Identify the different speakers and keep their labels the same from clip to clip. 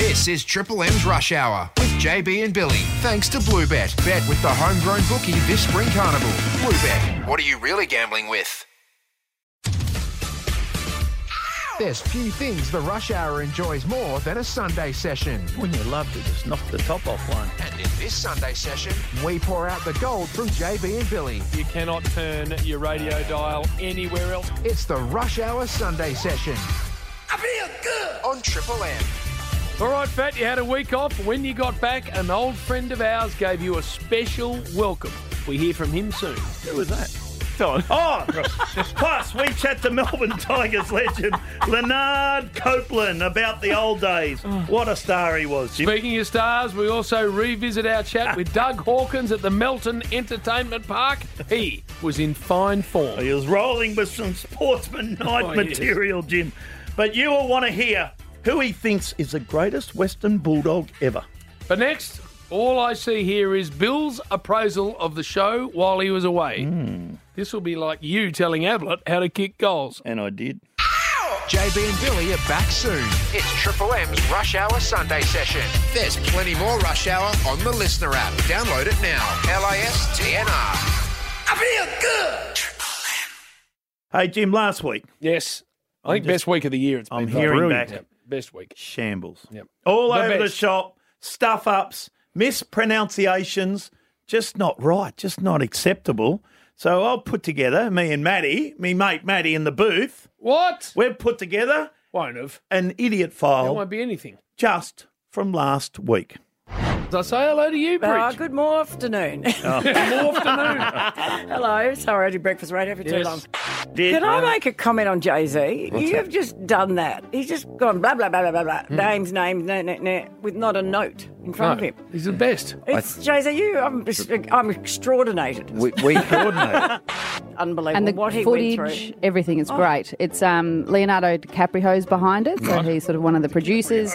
Speaker 1: This is Triple M's Rush Hour with JB and Billy. Thanks to Bluebet. Bet with the homegrown bookie this spring carnival. Bluebet. What are you really gambling with? There's few things the rush hour enjoys more than a Sunday session.
Speaker 2: Wouldn't you love to just knock the top off one?
Speaker 1: And in this Sunday session, we pour out the gold from JB and Billy.
Speaker 3: You cannot turn your radio dial anywhere else.
Speaker 1: It's the rush hour Sunday session. I feel good on Triple M.
Speaker 3: All right, Fat, you had a week off. When you got back, an old friend of ours gave you a special welcome. We hear from him soon.
Speaker 2: Who was that?
Speaker 3: Don.
Speaker 2: Oh, plus we chat to Melbourne Tigers legend Leonard Copeland about the old days.
Speaker 3: Oh.
Speaker 2: What a star he was. Jim.
Speaker 3: Speaking of stars, we also revisit our chat with Doug Hawkins at the Melton Entertainment Park. He was in fine form.
Speaker 2: He was rolling with some sportsman night
Speaker 3: Oh, yes.
Speaker 2: material, Jim. But you will want to hear who he thinks is the greatest Western Bulldog ever.
Speaker 3: But next, all I see here is Bill's appraisal of the show while he was away.
Speaker 2: Hmm.
Speaker 3: This will be like you telling Ablett how to kick goals.
Speaker 2: And I did.
Speaker 1: JB and Billy are back soon. It's Triple M's Rush Hour Sunday session. There's plenty more Rush Hour on the listener app. Download it now. L I S T N R. I feel good.
Speaker 2: Hey, Jim, last week,
Speaker 3: Yes. I think best week of the year. It's been
Speaker 2: I'm hearing
Speaker 3: Brilliant.
Speaker 2: back.
Speaker 3: Yeah, best week.
Speaker 2: shambles.
Speaker 3: Yep.
Speaker 2: All
Speaker 3: The
Speaker 2: over the
Speaker 3: best.
Speaker 2: shop, stuff ups, mispronunciations, just not right, just not acceptable. So I'll put together, me and Maddie, me mate Maddie in the booth,
Speaker 3: What?
Speaker 2: we've put together
Speaker 3: Won't have.
Speaker 2: an idiot
Speaker 3: There
Speaker 2: file
Speaker 3: won't be anything.
Speaker 2: just from last week.
Speaker 3: Did I say hello to you, Bridge?
Speaker 4: Ah, good more afternoon.
Speaker 3: Good afternoon.
Speaker 4: Hello, sorry I did breakfast radio for too
Speaker 3: Yes.
Speaker 4: long.
Speaker 2: Did,
Speaker 4: Can I make a comment on Jay Z? You have just done that. He's just gone blah blah blah blah blah blah names names no no no with not a note in
Speaker 3: No,
Speaker 4: front of him.
Speaker 3: he's the best.
Speaker 4: It's Jay Z. You, I'm I'm extraordinated,
Speaker 5: We, we coordinate.
Speaker 4: unbelievable.
Speaker 6: and the
Speaker 4: what he went
Speaker 6: footage,
Speaker 4: through. Oh.
Speaker 6: everything is great. It's um, Leonardo DiCaprio's behind it, so he's sort of one of the producers.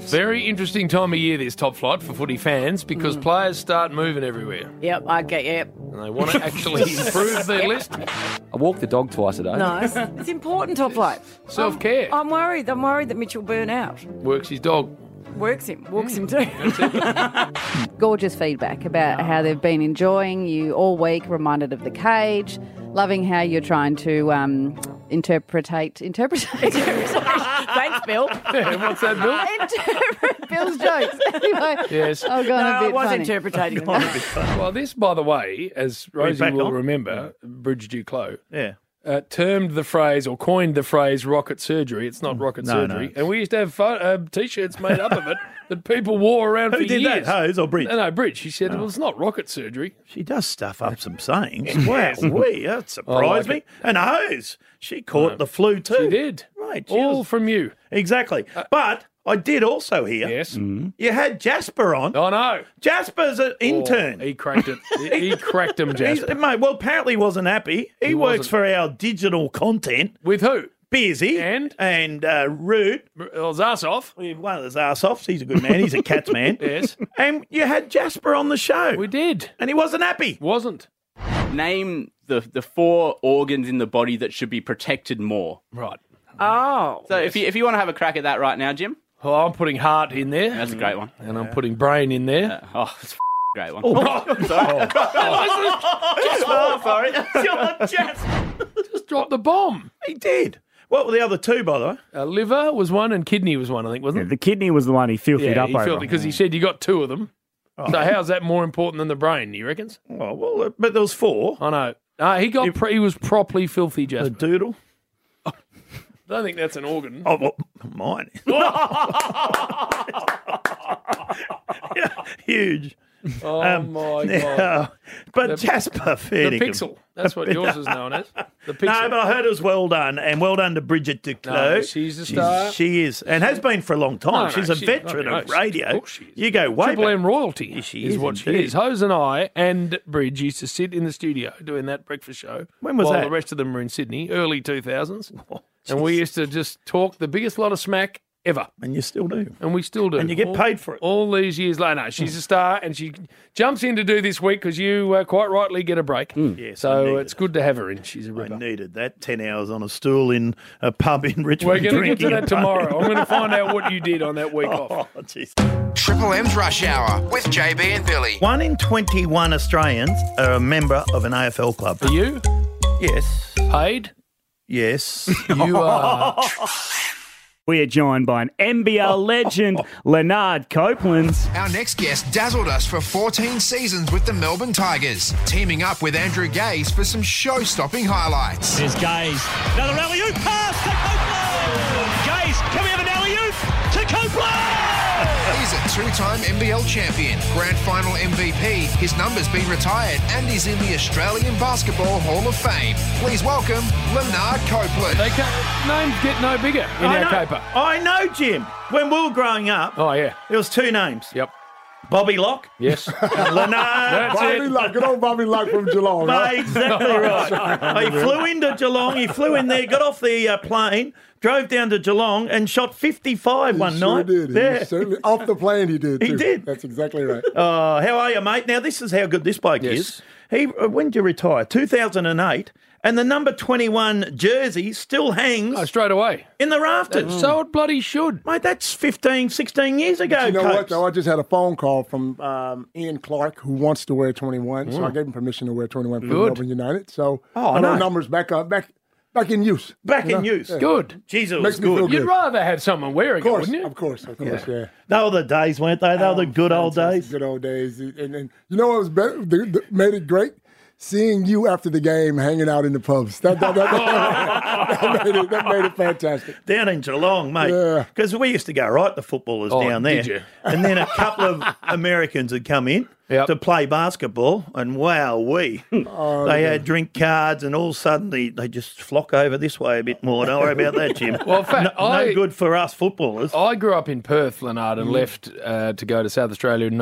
Speaker 3: Very interesting time of year, this top flight for footy fans,
Speaker 4: Hmm.
Speaker 3: because players start moving everywhere
Speaker 4: Yep, I get yep.
Speaker 3: and they want to actually improve their list.
Speaker 7: I walked the dog twice a day.
Speaker 4: Nice. it's important top flight.
Speaker 3: Self care
Speaker 4: I'm worried. I'm worried that Mitchell burn out.
Speaker 3: works his dog.
Speaker 4: Works him, walks him too.
Speaker 6: Gorgeous feedback about how they've been enjoying you all week, reminded of the cage, loving how you're trying to um, interpretate, interpretate,
Speaker 4: Thanks, Bill.
Speaker 3: Yeah, what's that, Bill?
Speaker 6: interpret Bill's jokes. Anyway,
Speaker 3: Yes.
Speaker 6: I've gone a
Speaker 4: I
Speaker 6: bit
Speaker 4: was
Speaker 6: funny.
Speaker 4: interpreting.
Speaker 2: Not a bit fun.
Speaker 3: Well, this, by the way, as Rosie
Speaker 2: back
Speaker 3: will
Speaker 2: on?
Speaker 3: remember, Bridge Duclos
Speaker 2: Yeah.
Speaker 3: uh, termed the phrase or coined the phrase rocket surgery. It's not rocket
Speaker 2: Mm. No, no.
Speaker 3: surgery. And we used to have pho- uh, t shirts made up of it that people wore around
Speaker 2: Who
Speaker 3: for
Speaker 2: did
Speaker 3: years.
Speaker 2: that, Hose or Bridge?
Speaker 3: No, no, Bridge. She said, well, it's not rocket surgery.
Speaker 2: She does stuff up some sayings. Wow, wee, that surprised
Speaker 3: I like
Speaker 2: me. And Hose, she caught the flu too.
Speaker 3: She did.
Speaker 2: Right, she
Speaker 3: All
Speaker 2: was-
Speaker 3: from you.
Speaker 2: Exactly. Mm. but I did also hear
Speaker 3: Yes.
Speaker 2: you had Jasper on.
Speaker 3: I know.
Speaker 2: Jasper's an intern.
Speaker 3: Oh, he cracked it. He, he cracked him,
Speaker 2: He's-
Speaker 3: Jasper.
Speaker 2: mate, well, apparently he wasn't happy. He, works
Speaker 3: wasn't.
Speaker 2: for our digital content,
Speaker 3: With who?
Speaker 2: Busy
Speaker 3: And?
Speaker 2: and uh, Rude.
Speaker 3: It was us off.
Speaker 2: One of his arse offs. He's a good man. He's a cat's man.
Speaker 3: Yes.
Speaker 2: And you had Jasper on the show,
Speaker 3: We did.
Speaker 2: and he wasn't happy.
Speaker 3: Wasn't.
Speaker 8: Name the, the four organs in the body that should be protected more.
Speaker 3: Right.
Speaker 4: Oh,
Speaker 8: So if you if you want to have a crack at that right now, Jim,
Speaker 3: Well, I'm putting heart in there.
Speaker 8: that's a great one.
Speaker 3: and I'm putting brain in there.
Speaker 8: Oh, it's a great one.
Speaker 2: Oh, sorry, Jasper.
Speaker 3: Just drop the bomb.
Speaker 2: He did. What were the other two, by the way?
Speaker 3: Uh, liver was one and kidney was one, I think, wasn't it?
Speaker 9: The kidney was the one he filthied
Speaker 3: Yeah,
Speaker 9: up
Speaker 3: he
Speaker 9: over.
Speaker 3: felt because he said you got two of them. So how's that more important than the brain? You reckons?
Speaker 2: Oh, well, but there was four.
Speaker 3: I know. Uh, he got. Pre- he was properly filthy,
Speaker 2: The
Speaker 3: Jasper.
Speaker 2: doodle.
Speaker 3: I don't think that's an organ.
Speaker 2: Oh, well, mine. Oh, Huge.
Speaker 3: Oh my god!
Speaker 2: Yeah. but Jasper
Speaker 3: The
Speaker 2: Fairdick.
Speaker 3: pixel. That's what yours is known as. The
Speaker 2: No,
Speaker 3: pixel.
Speaker 2: but I heard it was well done, and well done to Bridget Duclos.
Speaker 3: No, she's a star.
Speaker 2: She is, and has been for a long time.
Speaker 3: No, no,
Speaker 2: she's a
Speaker 3: she's-
Speaker 2: veteran
Speaker 3: no,
Speaker 2: of
Speaker 3: she's-
Speaker 2: radio.
Speaker 3: of course she is.
Speaker 2: You go way
Speaker 3: Triple
Speaker 2: back.
Speaker 3: M royalty
Speaker 2: she
Speaker 3: is,
Speaker 2: is
Speaker 3: what she
Speaker 2: indeed.
Speaker 3: is. Hose and I and Bridge used to sit in the studio doing that breakfast show.
Speaker 2: When was
Speaker 3: while
Speaker 2: that? Oh,
Speaker 3: the rest of them were in Sydney, early two thousands. and we used to just talk the biggest lot of smack ever.
Speaker 2: And you still do.
Speaker 3: And we still do.
Speaker 2: And you get
Speaker 3: All-
Speaker 2: paid for it.
Speaker 3: All these years later. No, she's a star and she jumps in to do this week because you uh, quite rightly get a break.
Speaker 2: Yes, I
Speaker 3: so
Speaker 2: needed
Speaker 3: it's good to have her in. She's a
Speaker 2: I
Speaker 3: ripper.
Speaker 2: needed that 10 hours on a stool in a pub in Richmond.
Speaker 3: We're going to get
Speaker 2: drinking and
Speaker 3: to that tomorrow. I'm
Speaker 2: partying.
Speaker 3: going to find out what you did on that week off.
Speaker 2: oh, jeez.
Speaker 1: Triple M's Rush Hour with JB and Billy.
Speaker 2: One in 21 Australians are a member of an AFL club.
Speaker 3: Are you
Speaker 2: Yes.
Speaker 3: paid?
Speaker 2: Yes.
Speaker 3: You
Speaker 2: Oh,
Speaker 3: are.
Speaker 5: We are joined by an
Speaker 1: Oh.
Speaker 5: NBL legend, Leonard Copeland.
Speaker 1: Our next guest dazzled us for 14 seasons with the Melbourne Tigers, teaming up with Andrew Gaze for some show stopping highlights.
Speaker 5: There's Gaze. Another alley oop pass to Copeland. Gaze, can we have an alley oop to Copeland?
Speaker 1: He's a two time NBL champion, grand final MVP. His number's been retired and he's in the Australian Basketball Hall of Fame. Please welcome Leonard Copeland.
Speaker 3: They ca- names get no bigger in
Speaker 2: I
Speaker 3: our
Speaker 2: know,
Speaker 3: paper.
Speaker 2: I know, Jim. When we were growing up,
Speaker 3: Oh, yeah.
Speaker 2: there was two names.
Speaker 3: Yep.
Speaker 2: Bobby Locke
Speaker 3: Yes.
Speaker 2: and Leonard.
Speaker 3: That's
Speaker 9: Bobby
Speaker 3: it.
Speaker 9: Luck, good old Bobby Luck from Geelong. huh?
Speaker 2: Exactly right. he flew into Geelong. He flew in there, got off the uh, plane, drove down to Geelong, and shot 55
Speaker 9: He
Speaker 2: one
Speaker 9: sure
Speaker 2: night.
Speaker 9: did. He
Speaker 2: Yeah.
Speaker 9: certainly, off the plane, he did.
Speaker 2: He
Speaker 9: too.
Speaker 2: did.
Speaker 9: That's exactly right.
Speaker 2: Oh, how are you, mate? Now this is how good this bloke is. He uh, when did you retire? Two thousand and eight, and the number twenty one jersey still hangs
Speaker 3: Oh, straight away.
Speaker 2: in the rafters.
Speaker 3: So it bloody should.
Speaker 2: Mate, that's 15, 16 years ago.
Speaker 9: you know what,
Speaker 2: Copes.
Speaker 9: though? I just had a phone call from um, Ian Clark, who wants to wear 21. So I gave him permission to wear 21 for Melbourne United. So
Speaker 2: Mm. Oh,
Speaker 9: got our
Speaker 2: nice.
Speaker 9: numbers back up, back, back in use.
Speaker 2: Back
Speaker 9: You
Speaker 2: in
Speaker 9: know?
Speaker 2: use.
Speaker 9: Yeah.
Speaker 3: Good.
Speaker 2: Jesus,
Speaker 9: Makes me
Speaker 2: good.
Speaker 9: feel
Speaker 3: You'd
Speaker 9: good.
Speaker 3: rather have someone wearing
Speaker 9: Of course,
Speaker 3: it, wouldn't you?
Speaker 9: of course, of course, yeah.
Speaker 2: They were the days, weren't they? They were the good old days.
Speaker 9: Oh, Good old days. And, and you know what was better, the, the, made it great? Seeing you after the game hanging out in the pubs. That, that, that, that, that made, it, that made it fantastic.
Speaker 2: Down in Geelong, mate.
Speaker 9: Yeah.
Speaker 2: Because we used to go, right, the footballers
Speaker 3: Oh,
Speaker 2: down there.
Speaker 3: did you?
Speaker 2: And then a couple of Americans had come in
Speaker 3: Yep.
Speaker 2: to play basketball, and wow, we.
Speaker 3: Oh,
Speaker 2: they had drink cards, and all suddenly they just flock over this way a bit more. Don't worry about that, Jim.
Speaker 3: Well, in fact,
Speaker 2: no, no
Speaker 3: I-
Speaker 2: good for us footballers. Mm.
Speaker 3: I grew up in Perth, Leonard, and left uh, to go to South Australia in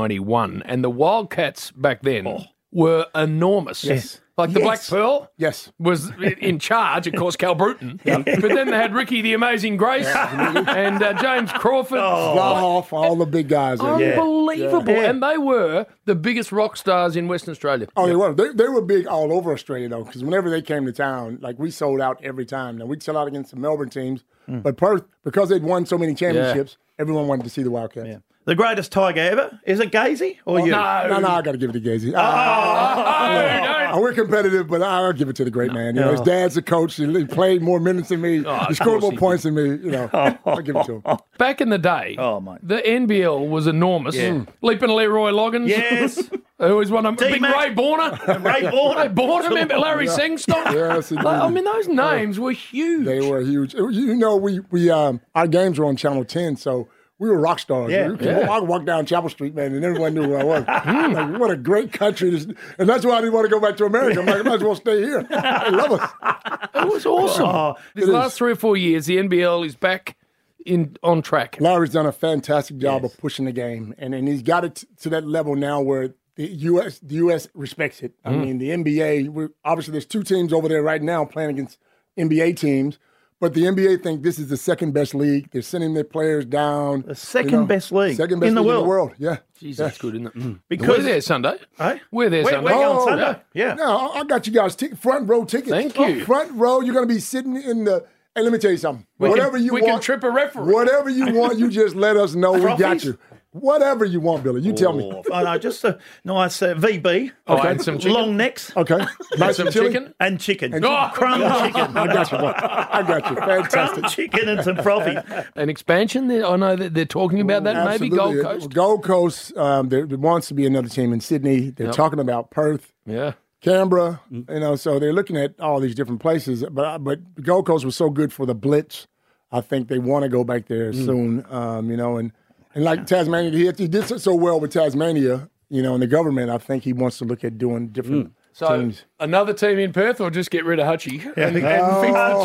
Speaker 3: 1991. And the Wildcats back then
Speaker 2: Oh.
Speaker 3: were enormous.
Speaker 2: Yes.
Speaker 3: Like the Black
Speaker 9: Yes.
Speaker 3: Pearl
Speaker 9: Yes.
Speaker 3: was i- in charge, of course, Cal Bruton. But then they had Ricky the Amazing Grace and uh, James Crawford. Oh.
Speaker 9: Fly off all the big guys. Oh,
Speaker 3: Unbelievable.
Speaker 2: Oh. Yeah.
Speaker 3: And they were the biggest rock stars in Western Australia.
Speaker 9: Oh, they were. They, they were big all over Australia, though, because whenever they came to town, like we sold out every time. Now, we'd sell out against the Melbourne teams, but Perth, because they'd won so many championships, everyone wanted to see the Wildcats.
Speaker 2: The greatest tiger ever? Is it Gazy or you?
Speaker 9: No, no, I got to give it to Gazy.
Speaker 3: Oh,
Speaker 9: Ah, we're competitive, but I'll give it to the great man. You know, his dad's a coach. He played more minutes than me. he scored more points than me. You know, I'll give it to him.
Speaker 3: Back in the day,
Speaker 2: Oh, mate.
Speaker 3: the NBL was enormous. Leaping Leroy Loggins.
Speaker 2: Yes.
Speaker 3: Who was one of them? Big
Speaker 2: D-Mac.
Speaker 3: Ray Borner.
Speaker 2: Ray
Speaker 3: Ray
Speaker 2: Borner.
Speaker 3: Borner, remember Larry Sengstock?
Speaker 9: Yes, indeed.
Speaker 3: I mean, those names were huge.
Speaker 9: They were huge. You know, we we um, our games were on Channel Ten, so we were rock stars.
Speaker 2: Yeah.
Speaker 9: We could- I could walk down Chapel Street, man, and everyone knew where I was. Like, what a great country! This, and that's why I didn't want to go back to America. I'm like, I might as well stay here. I love us.
Speaker 3: It was awesome.
Speaker 2: Oh,
Speaker 3: These
Speaker 9: it
Speaker 3: last
Speaker 9: is.
Speaker 3: three or four years, the NBL is back in on track.
Speaker 9: Lowry's done a fantastic job of pushing the game, and, and he's got it t- to that level now where the U.S. the U.S. respects it.
Speaker 2: Mm.
Speaker 9: I mean, the NBA. We're, obviously, there's two teams over there right now playing against NBA teams, but the NBA think this is the second best league. They're sending their players down. The
Speaker 2: second best league
Speaker 9: second best
Speaker 2: in the
Speaker 9: league in the
Speaker 2: world.
Speaker 9: world. Yeah.
Speaker 3: Jeez, that's good, isn't it?
Speaker 9: Mm.
Speaker 2: Because-
Speaker 3: we're there Sunday.
Speaker 2: Eh?
Speaker 3: We're there
Speaker 2: We're,
Speaker 3: Sunday.
Speaker 2: we're going
Speaker 9: Oh,
Speaker 2: Sunday. Yeah.
Speaker 9: No, I- I got you guys t- front row tickets. Oh,
Speaker 3: Thank you.
Speaker 9: Front row. You're going to be sitting in the. And let me tell you something. whatever you
Speaker 3: we
Speaker 9: want,
Speaker 3: can trip a referee.
Speaker 9: Whatever you want, you just let us know. we got
Speaker 2: Trophies?
Speaker 9: you. Whatever you want, Billy. You tell me.
Speaker 2: Oh, I know, just a nice uh, VB.
Speaker 3: Oh, and some chicken.
Speaker 2: Long necks
Speaker 9: Okay. Nice
Speaker 3: Some
Speaker 9: and chili?
Speaker 3: chicken.
Speaker 2: and chicken.
Speaker 3: Oh,
Speaker 2: crumb chicken.
Speaker 9: I got you. boy. I got you.
Speaker 2: Crumb
Speaker 9: Fantastic.
Speaker 2: chicken and some frothy.
Speaker 3: An expansion. there- I know that they're talking about that. Maybe Gold
Speaker 9: Absolutely.
Speaker 3: Coast.
Speaker 9: Gold Coast. Um, there, there wants to be another team in Sydney. They're talking about Perth,
Speaker 3: Yeah.
Speaker 9: Canberra. You know, so they're looking at all these different places. But but Gold Coast was so good for the Blitz. I think they want to go back there soon. Um, you know, and and like Tasmania, he, he did so- so well with Tasmania. You know, and the government. I think he wants to look at doing different
Speaker 3: So
Speaker 9: teams.
Speaker 3: another team in Perth, or just get rid of Hutchie and, and
Speaker 10: Oh,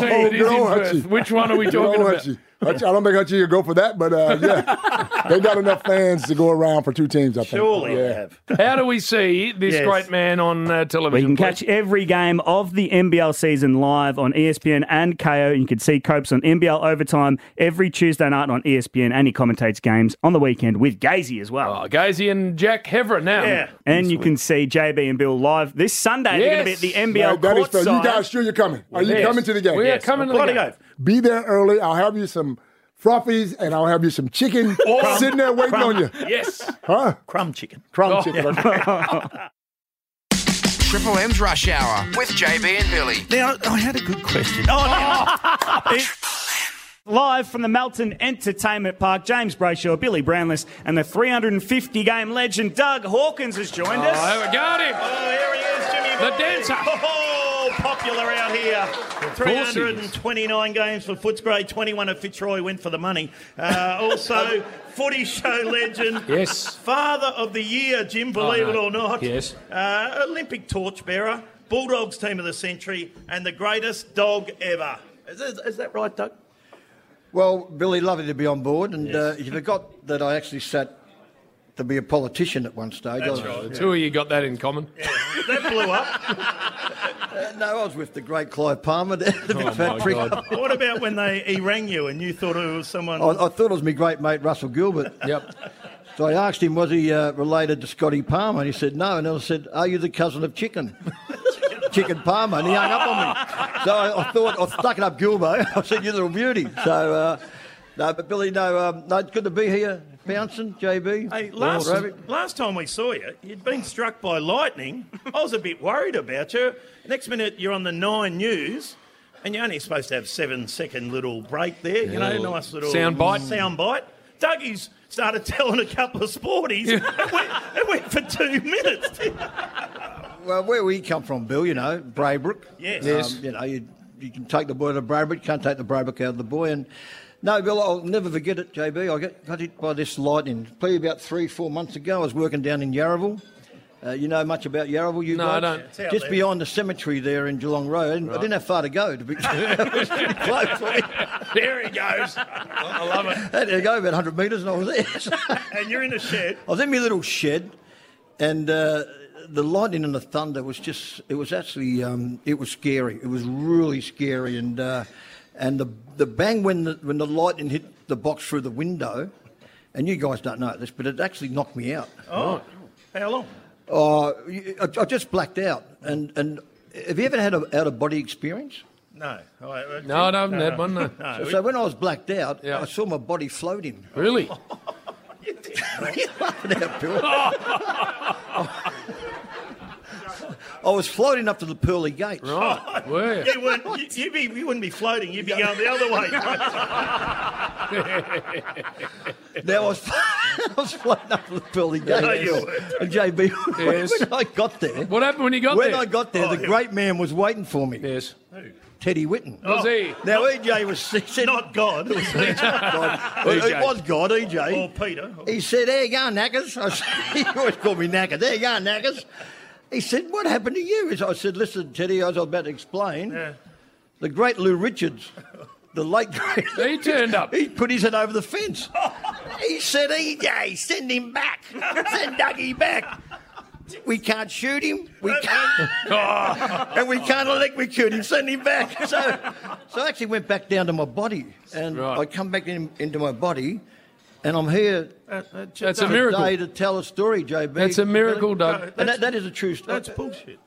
Speaker 3: fix
Speaker 9: No,
Speaker 3: the team that is in
Speaker 9: no,
Speaker 3: Perth.
Speaker 9: Hutchie.
Speaker 3: Which one are we talking
Speaker 9: No,
Speaker 3: about?
Speaker 9: Hutchie. Hutchie- I don't think Hutchie will go for that, but uh, yeah. they got enough fans to go around for two teams. I think.
Speaker 2: Surely
Speaker 9: yeah.
Speaker 3: How do we see this
Speaker 11: Yes.
Speaker 3: great man on uh, television?
Speaker 11: Where you can
Speaker 3: please?
Speaker 11: catch every game of the NBL season live on E ESPN and KO. You can see Copes on NBL Overtime every Tuesday night on E ESPN, and he commentates games on the weekend with Gazy as well.
Speaker 3: Oh, Gazy and Jack Hever now.
Speaker 1: Oh,
Speaker 11: And you can see JB and Bill live this Sunday. They're going to be
Speaker 3: Yes.
Speaker 11: at the NBL
Speaker 9: That is fair.
Speaker 11: courtside.
Speaker 9: You guys sure you're coming? Are you
Speaker 11: Yes.
Speaker 9: coming to the game?
Speaker 11: We are Yes. coming to the Bloody game. oath.
Speaker 9: Be there early. I'll have you some fruffies and I'll have you some chicken sitting there waiting on you.
Speaker 3: Yes.
Speaker 9: Huh?
Speaker 2: Crumb chicken.
Speaker 9: Crumb
Speaker 2: Oh.
Speaker 9: chicken.
Speaker 1: Triple M's Rush Hour with JB and Billy.
Speaker 11: Now, oh, I had a good question.
Speaker 3: Oh,
Speaker 11: Live from the Melton Entertainment Park, James Brayshaw, Billy Brownless, and the 350 game legend Doug Hawkins has joined us.
Speaker 3: Oh, we got him.
Speaker 11: Oh, here he is, Jimmy.
Speaker 3: The dancer.
Speaker 11: Oh,
Speaker 2: popular out here.
Speaker 3: course he is.
Speaker 2: 329 games for Footscray, 21 at Fitzroy, went for the money. Uh, also, footy show legend.
Speaker 3: Yes.
Speaker 2: Father of the year, Jim, believe
Speaker 3: Oh, no.
Speaker 2: it or not.
Speaker 3: Yes.
Speaker 2: Uh, Olympic torchbearer, Bulldogs team of the century, and the greatest dog ever. Is, is, is that right, Doug?
Speaker 10: Well, Billy, lovely to be on board, and uh, you forgot that I actually sat to be a politician at one stage.
Speaker 3: That's
Speaker 10: I-
Speaker 3: right. The two of you got that in common.
Speaker 2: That blew up.
Speaker 10: Uh, no, I was with the great Clive Palmer down at the
Speaker 2: Oh, my
Speaker 10: factory. I,
Speaker 2: what about when they he rang you and you thought it was someone?
Speaker 10: I thought it was my great mate Russell Gilbert.
Speaker 3: Yep.
Speaker 10: So I asked him, was he uh, related to Scotty Palmer? And he said, no. And I said, are you the cousin of Chicken? Chicken Palmer. And he hung up on me. So I, I thought, I stuck it up Gilbo. I said, you're the beauty. So, uh, no, but Billy, no, um, no, it's good to be here. Bouncing, JB.
Speaker 2: Hey, last,
Speaker 10: Rabbit.
Speaker 2: last time we saw you, you'd been struck by lightning. I was a bit worried about you. Next minute, you're on the Nine News, and you're only supposed to have seven second little break there.
Speaker 3: Yeah,
Speaker 2: you know,
Speaker 3: little
Speaker 2: nice little Mm.
Speaker 3: sound bite.
Speaker 2: Sound bite. Dougie's started telling a couple of sporties. it, went, it went for two minutes.
Speaker 10: Well, where we come from, Bill, you know, Braybrook.
Speaker 2: Yes.
Speaker 10: Um,
Speaker 2: Yes.
Speaker 10: you know, you, you can take the boy out of Braybrook, you can't take the Braybrook out of the boy. And no, Bill, I'll never forget it, JB. I got, got hit by this lightning probably about three, four months ago. I was working down in Yarraville. Uh, you know much about Yarraville, you
Speaker 3: No, I
Speaker 10: guys?
Speaker 3: don't. It's out
Speaker 10: Just
Speaker 3: there.
Speaker 10: beyond the cemetery there in Geelong Road. I didn't, I didn't have far to go, to be
Speaker 2: there he goes. I love it.
Speaker 10: I had to go about 100 metres and I was there.
Speaker 2: And you're in a shed.
Speaker 10: I was in my little shed, and uh, the lightning and the thunder was just—it was actually—it was scary. It was really scary, and uh, and the the bang when the when the lightning hit the box through the window, and you guys don't know this, but it actually knocked me out.
Speaker 2: Oh, how long?
Speaker 10: Uh, you- I, I just blacked out, and and have you ever had an out of body experience?
Speaker 2: No. I- I-
Speaker 3: No, I haven't had one, no.
Speaker 10: So, so when I was blacked out,
Speaker 3: Yeah.
Speaker 10: I saw my body floating.
Speaker 3: Really?
Speaker 10: I was floating up to the pearly gates.
Speaker 3: Right. Where?
Speaker 2: You, weren't, you, you'd be, you wouldn't be floating, you'd be going the other way.
Speaker 10: Now I was, I was floating up to the pearly gates.
Speaker 2: No, you weren't.
Speaker 10: and JB, when,
Speaker 3: Yes.
Speaker 10: when I got there,
Speaker 3: What happened when you got
Speaker 10: when
Speaker 3: there?
Speaker 10: I got there,
Speaker 2: Oh,
Speaker 10: the
Speaker 2: yeah.
Speaker 10: great man was waiting for me,
Speaker 3: Yes.
Speaker 10: Teddy Whitten.
Speaker 3: Was he?
Speaker 10: Now EJ was he said,
Speaker 2: Oh. Not God.
Speaker 10: God. Well,
Speaker 3: EJ.
Speaker 10: it was God,
Speaker 2: or
Speaker 10: EJ.
Speaker 2: Peter.
Speaker 10: He said, "There you go, knackers." I said, he always called me knacker. There you go, knackers. He said, "What happened to you?" I said, "Listen, Teddy, as I was about to explain,
Speaker 2: Yeah.
Speaker 10: the great Lou Richards, the late great
Speaker 3: He turned up.
Speaker 10: He put his head over the fence. He said, EJ, send him back. Send Dougie back. We can't shoot him. We can't,
Speaker 3: Oh,
Speaker 10: and we can't electrocute him. Send him back. So, so I actually went back down to my body, and
Speaker 3: Right.
Speaker 10: I come back in, into my body, and I'm here
Speaker 3: That's a
Speaker 10: today
Speaker 3: miracle.
Speaker 10: to tell a story, JB.
Speaker 3: That's a miracle, Doug.
Speaker 10: and that, that is a true story.
Speaker 2: That's bullshit.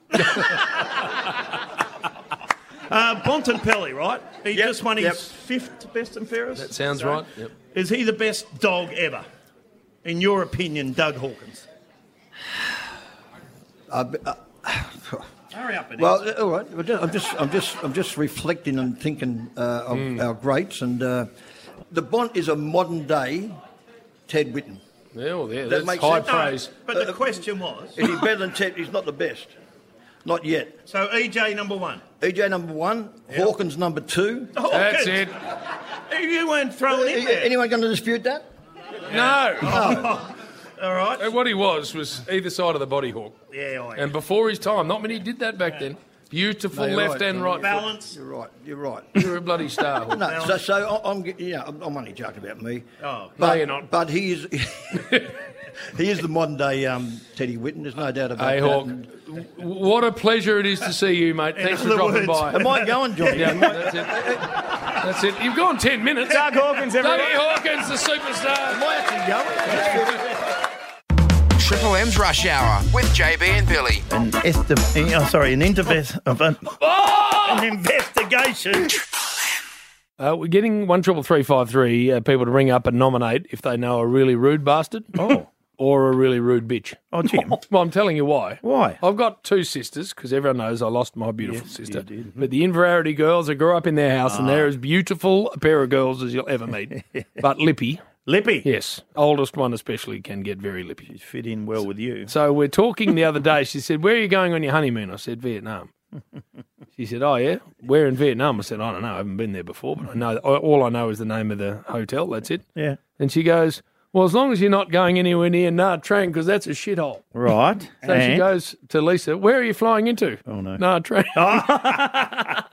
Speaker 2: uh, Bontempelli, right? He just won his
Speaker 10: yep.
Speaker 2: fifth best and fairest.
Speaker 3: That sounds right. Yep.
Speaker 2: Is he the best dog ever? In your opinion, Doug Hawkins.
Speaker 10: Uh, but, uh,
Speaker 2: Hurry up and
Speaker 10: Well, uh, all right. Well, ju- I'm just, I'm just, I'm just reflecting and thinking uh, of
Speaker 3: Hmm.
Speaker 10: our greats, and uh, the Bont is a modern day Ted Whitten.
Speaker 3: Yeah, well, there.
Speaker 10: That
Speaker 3: That's
Speaker 10: makes
Speaker 3: high
Speaker 10: sense.
Speaker 3: praise.
Speaker 2: But the question was
Speaker 10: Is he better than Ted? He's not the best, not yet.
Speaker 2: so EJ number one.
Speaker 10: EJ number one, Hawkins number two.
Speaker 2: Hawkins,
Speaker 3: That's it.
Speaker 2: You weren't thrown in
Speaker 10: A-
Speaker 2: there.
Speaker 10: Anyone going to dispute that?
Speaker 3: No.
Speaker 2: Oh. All right.
Speaker 3: What he was was either side of the body hawk.
Speaker 2: Yeah, I
Speaker 3: And before his time, not many did that back then. Beautiful
Speaker 10: No, you're
Speaker 3: left
Speaker 10: right.
Speaker 3: and
Speaker 10: You're
Speaker 3: right
Speaker 2: Balance.
Speaker 10: You're right. You're right.
Speaker 3: You're a bloody star.
Speaker 10: No, so, so I- I'm, g- you know, I'm- I'm only joking about me.
Speaker 2: Oh,
Speaker 10: but, you're not. But he is, he is the modern day um, Teddy Whitten. There's no doubt about
Speaker 3: Hey,
Speaker 10: it.
Speaker 3: Hawk. w- What a pleasure it is to see you, mate. Thanks for
Speaker 10: other
Speaker 3: dropping
Speaker 10: words.
Speaker 3: by.
Speaker 10: Am I going, Johnny?
Speaker 3: Yeah,
Speaker 10: Am I-
Speaker 3: that's it. That's it. You've gone 10 minutes.
Speaker 10: Doug Hawkins, everyone.
Speaker 3: Dougie Hawkins, the superstar. Am
Speaker 10: I actually
Speaker 1: Triple M's Rush Hour with JB and Billy.
Speaker 2: An esti- oh, sorry, an intervest. of an- an investigation.
Speaker 3: Uh, we're getting one triple three five three uh, people to ring up and nominate if they know a really rude bastard. Oh. Or a really rude bitch.
Speaker 2: Oh, Jim.
Speaker 3: Well, I'm telling you why.
Speaker 2: Why?
Speaker 3: I've got two sisters because everyone knows I lost my beautiful sister. But the Inverarity girls, I grew up in their house, and
Speaker 2: Ah.
Speaker 3: they're as beautiful a pair of girls as you'll ever meet. but lippy.
Speaker 2: Lippy?
Speaker 3: Yes. Oldest one, especially, can get very lippy. She'd
Speaker 2: fit in well with you.
Speaker 3: So we're talking the other day. She said, Where are you going on your honeymoon? I said, Vietnam. She said, "Oh yeah, we're in Vietnam." I said, "I don't know. I haven't been there before, but I know all I know is the name of the hotel. That's it."
Speaker 2: Yeah.
Speaker 3: And she goes, "Well, as long as you're not going anywhere near Nha Trang, because that's a shithole."
Speaker 2: Right.
Speaker 3: So she
Speaker 2: and-
Speaker 3: goes to Lisa, "Where are you flying into?" Oh
Speaker 2: no,
Speaker 3: Nha Trang.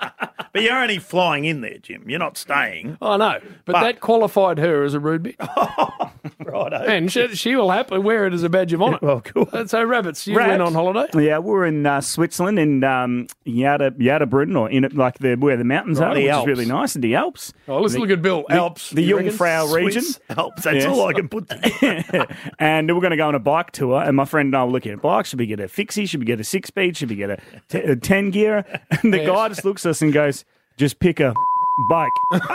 Speaker 2: But you're only flying in there, Jim. You're not staying.
Speaker 3: I know, but, that qualified her as a rude bitch.
Speaker 2: right,
Speaker 3: and she, she will happily wear it as a badge of honour.
Speaker 2: Well, cool.
Speaker 3: So, rabbits, you went
Speaker 11: Rabbs?
Speaker 3: on holiday.
Speaker 11: Yeah, we were in uh, Switzerland in um, Yada Yadabrunn or in it, like the where the mountains
Speaker 2: Right.
Speaker 11: are,
Speaker 2: The
Speaker 11: which
Speaker 2: Alps.
Speaker 11: is really nice in the Alps.
Speaker 3: Oh, let's
Speaker 11: The-
Speaker 3: look at Bill.
Speaker 11: the-
Speaker 3: Alps,
Speaker 11: the
Speaker 3: you reckon?
Speaker 11: Jungfrau region.
Speaker 2: Swiss Alps, that's all I can put.
Speaker 11: and we we're going to go on a bike tour, and my friend and I were looking at bikes. Should we get a fixie? Should we get a six speed? Should we get a te- a ten gear? And the
Speaker 2: Yes.
Speaker 11: guy just looks at us and goes, "Just pick a bike."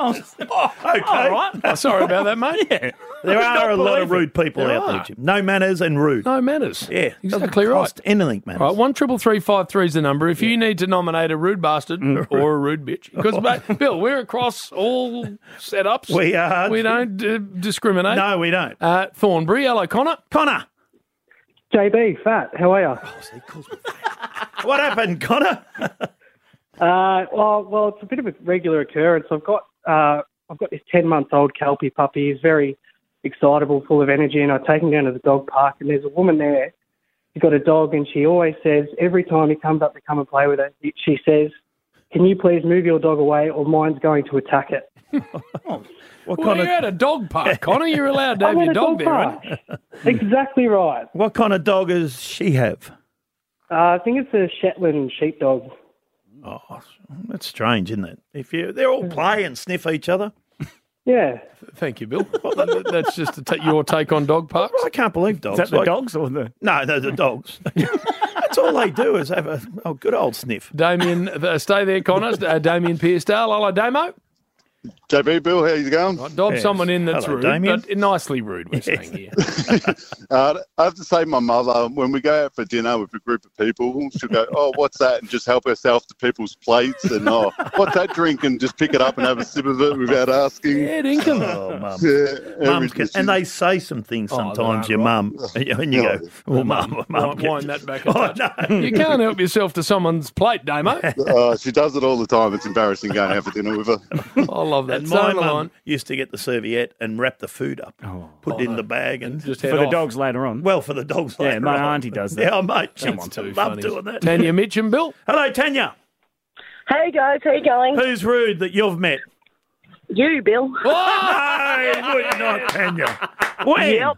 Speaker 2: Okay.
Speaker 11: All right.
Speaker 3: Sorry about that, mate.
Speaker 11: Yeah.
Speaker 2: There are a lot of
Speaker 11: Believe it.
Speaker 2: rude people
Speaker 11: There
Speaker 2: out there,
Speaker 11: are.
Speaker 2: Jim. No manners and rude.
Speaker 3: No manners.
Speaker 2: Yeah.
Speaker 3: Exactly
Speaker 2: Doesn't
Speaker 3: right.
Speaker 2: cost anything, man.
Speaker 3: Right, one triple three five three is the number. If you need to nominate a rude bastard
Speaker 2: Mm,
Speaker 3: or a rude bitch, because Bill, we're across all setups.
Speaker 2: We are.
Speaker 3: We don't uh, discriminate.
Speaker 2: No, we don't.
Speaker 3: Uh, Thornbury, hello, Connor.
Speaker 2: Connor,
Speaker 12: JB, fat, how are you?
Speaker 2: what happened, Connor?
Speaker 12: Uh, well, well, it's a bit of a regular occurrence. I've got uh, I've got this ten month old kelpie puppy. He's very excitable, full of energy, and I take him down to the dog park. And there's a woman there. She's got a dog, and she always says every time he comes up to come and play with it, she says, "Can you please move your dog away, or mine's going to attack it."
Speaker 3: Well,
Speaker 12: kind of-
Speaker 3: you're at a dog park, Ah, Connor. You're allowed to
Speaker 12: I'm
Speaker 3: have your
Speaker 12: at a
Speaker 3: dog,
Speaker 12: dog
Speaker 3: there. Aren't
Speaker 12: park. exactly right.
Speaker 2: What kind of dog does she have?
Speaker 12: Uh, I think it's a Shetland sheepdog.
Speaker 2: Oh, that's strange, isn't it? If you, they all play and sniff each other.
Speaker 12: Mm. Yeah.
Speaker 3: Thank you, Bill. That's just a ta- your take on dog parks.
Speaker 2: I can't believe dogs.
Speaker 3: that the
Speaker 11: dogs or the?
Speaker 2: No, they're the dogs. that's all they do is have a oh, good old sniff.
Speaker 3: Damien, uh, stay there, Connor. Uh, Damien Pearsdale. Hello, Damo.
Speaker 13: JB, Bill, how you going?
Speaker 3: Dob someone in that's
Speaker 13: Hello,
Speaker 3: rude,
Speaker 13: Damien.
Speaker 3: but nicely rude, we're saying here.
Speaker 13: Uh, I have to say, my mother, when we go out for dinner with a group of people, she'll go, "Oh, what's that?" and just help herself to people's plates, and "Oh, what's that drink?" and just pick it up and have a sip of it without asking.
Speaker 3: Yeah, dinkum.
Speaker 2: Oh, mum.
Speaker 13: Yeah,
Speaker 2: Mums can,
Speaker 13: everything.
Speaker 2: and they say some things
Speaker 13: Oh, they
Speaker 2: sometimes,
Speaker 13: are
Speaker 2: your
Speaker 13: right.
Speaker 2: mum. And you go,
Speaker 13: Yeah.
Speaker 2: well, mum, mum.
Speaker 3: Wind- wind that back. a
Speaker 2: Oh,
Speaker 3: touch. You can't help yourself to someone's plate, Damo.
Speaker 13: Uh, she does it all the time. It's embarrassing going out for dinner with her.
Speaker 3: I love that.
Speaker 2: And my
Speaker 3: Zone line. Oh,
Speaker 2: mum used to get the serviette and wrap the food up, put it in the bag, and just
Speaker 11: head For the off. dogs later on.
Speaker 2: Well, for the dogs
Speaker 11: Yeah,
Speaker 2: later.
Speaker 11: my
Speaker 2: on.
Speaker 11: auntie does that.
Speaker 2: Yeah, oh, mate, she
Speaker 11: That
Speaker 2: love
Speaker 11: one's too funny.
Speaker 2: doing that.
Speaker 3: Tanya Mitchum, Bill.
Speaker 2: Hello, Tanya.
Speaker 14: Hey guys, how you going?
Speaker 2: Who's rude that you've met?
Speaker 14: You, Bill.
Speaker 2: no, would not, Tanya. When?
Speaker 14: Yep.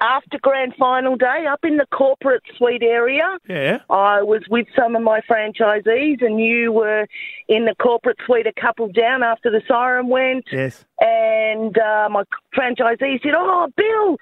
Speaker 14: After grand final day, up in the corporate suite area,
Speaker 2: Yeah.
Speaker 14: I was with some of my franchisees, and you were in the corporate suite a couple down after the siren went.
Speaker 2: Yes.
Speaker 14: And uh, my franchisee said, "Oh, Bill,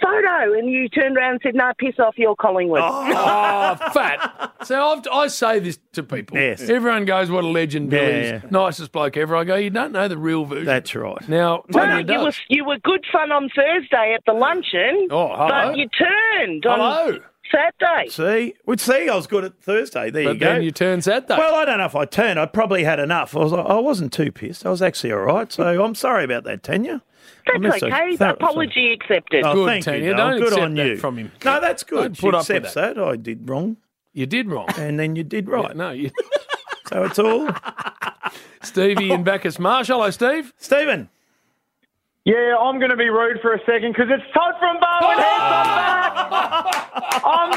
Speaker 14: photo," and you turned around and said, "No, piss off, you're Collingwood."
Speaker 3: Oh, fat. So I've, I say this to people.
Speaker 2: Yes.
Speaker 3: Everyone goes, what a legend Bill
Speaker 2: Yeah,
Speaker 3: is.
Speaker 2: yeah.
Speaker 3: Nicest bloke ever. I go, you don't know the real version.
Speaker 2: That's right.
Speaker 3: Now,
Speaker 14: No,
Speaker 3: Tanya
Speaker 14: you were,
Speaker 3: does.
Speaker 14: you were good fun on Thursday at the luncheon,
Speaker 3: Oh, hello.
Speaker 14: but you turned on
Speaker 3: Hello.
Speaker 14: Saturday.
Speaker 2: See, would see I was good at Thursday. There
Speaker 3: But
Speaker 2: you go.
Speaker 3: then you turn Saturday.
Speaker 2: Well, I don't know if I turned. I probably had enough. I was I wasn't too pissed. I was actually all right. So I'm sorry about that, Tanya. I
Speaker 14: That's
Speaker 2: missed a
Speaker 14: okay.
Speaker 2: thorough-
Speaker 14: Apology accepted.
Speaker 2: Oh,
Speaker 3: Good,
Speaker 2: thank you,
Speaker 3: Tanya.
Speaker 2: Dale.
Speaker 3: Don't
Speaker 2: Good
Speaker 3: accept
Speaker 2: on
Speaker 3: that
Speaker 2: you.
Speaker 3: from him.
Speaker 2: No, that's good.
Speaker 3: Don't
Speaker 2: She
Speaker 3: put up with
Speaker 2: accepts that. I did wrong.
Speaker 3: You did wrong.
Speaker 2: And then you did right.
Speaker 3: no, you.
Speaker 2: so it's all.
Speaker 3: Stevie in Bacchus Marsh. Hello, Steve.
Speaker 2: Stephen.
Speaker 15: Yeah, I'm going to be rude for a second because it's Todd from Bowen. Heads, I'm back. I'm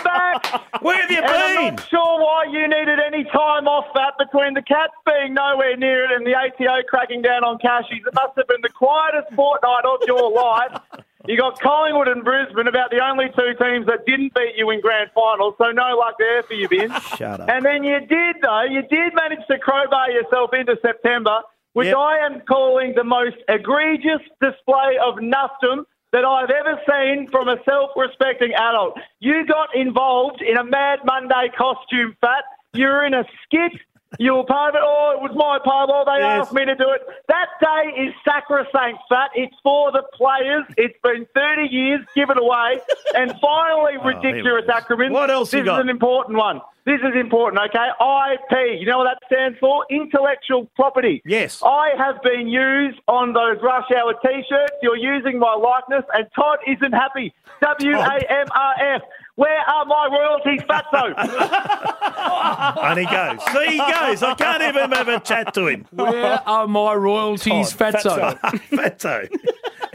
Speaker 15: back.
Speaker 2: Where have you
Speaker 15: and I'm not sure why you needed any time off that between the Cats being nowhere near it and the ATO cracking down on cashies. It must have been the quietest fortnight of your life. You got Collingwood and Brisbane, about the only two teams that didn't beat you in grand finals, so no luck there for you, Bin.
Speaker 2: Shut up.
Speaker 15: And then you did, though, you did manage to crowbar yourself into September, which I am calling the most egregious display of nuffdom that I've ever seen from a self-respecting adult. You got involved in a Mad Monday costume, fat. You're in a skit. You were part of it. Oh, it was my part. Oh, they asked me to do it. That day is sacrosanct, fat. It's for the players. It's been 30 years. Give it away. And finally, ridiculous acronym.
Speaker 2: Oh, What else
Speaker 15: This
Speaker 2: you got?
Speaker 15: is an important one. This is important, okay? IP. You know what that stands for? Intellectual property.
Speaker 2: Yes.
Speaker 15: I have been used on those rush hour T-shirts. You're using my likeness, and Todd isn't happy. W A M R F. Where are my royalties, Fatso?
Speaker 2: And he goes. See, he goes. I can't even have a chat to him.
Speaker 3: Where are my royalties,
Speaker 2: Todd,
Speaker 3: Fatso?
Speaker 2: Fatso.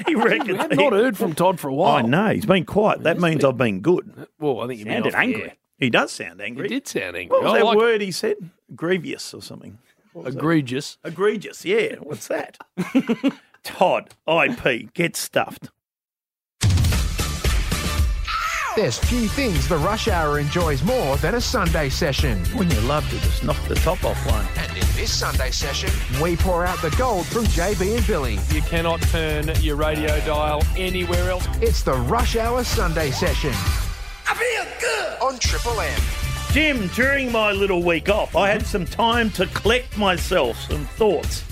Speaker 2: he reckons.
Speaker 3: We have not heard from Todd for a while.
Speaker 2: I know. He's been quiet. That means I've been good.
Speaker 3: Well, I think you mean
Speaker 2: Sounded
Speaker 3: off the
Speaker 2: angry.
Speaker 3: air.
Speaker 2: He does sound angry.
Speaker 3: He did sound angry.
Speaker 2: What was
Speaker 3: I
Speaker 2: that
Speaker 3: like it.
Speaker 2: word he said? Grievous or something. What was that?
Speaker 3: Egregious.
Speaker 2: Egregious, yeah. What's that? Todd, IP, get stuffed.
Speaker 1: There's few things the rush hour enjoys more than a Sunday session.
Speaker 2: Wouldn't you love to just knock the top off one?
Speaker 1: And in this Sunday session, we pour out the gold from JB and Billy.
Speaker 3: You cannot turn your radio dial anywhere else.
Speaker 1: It's the rush hour Sunday session. I feel good on Triple M.
Speaker 2: Jim, during my little week off, I had some time to collect myself some thoughts.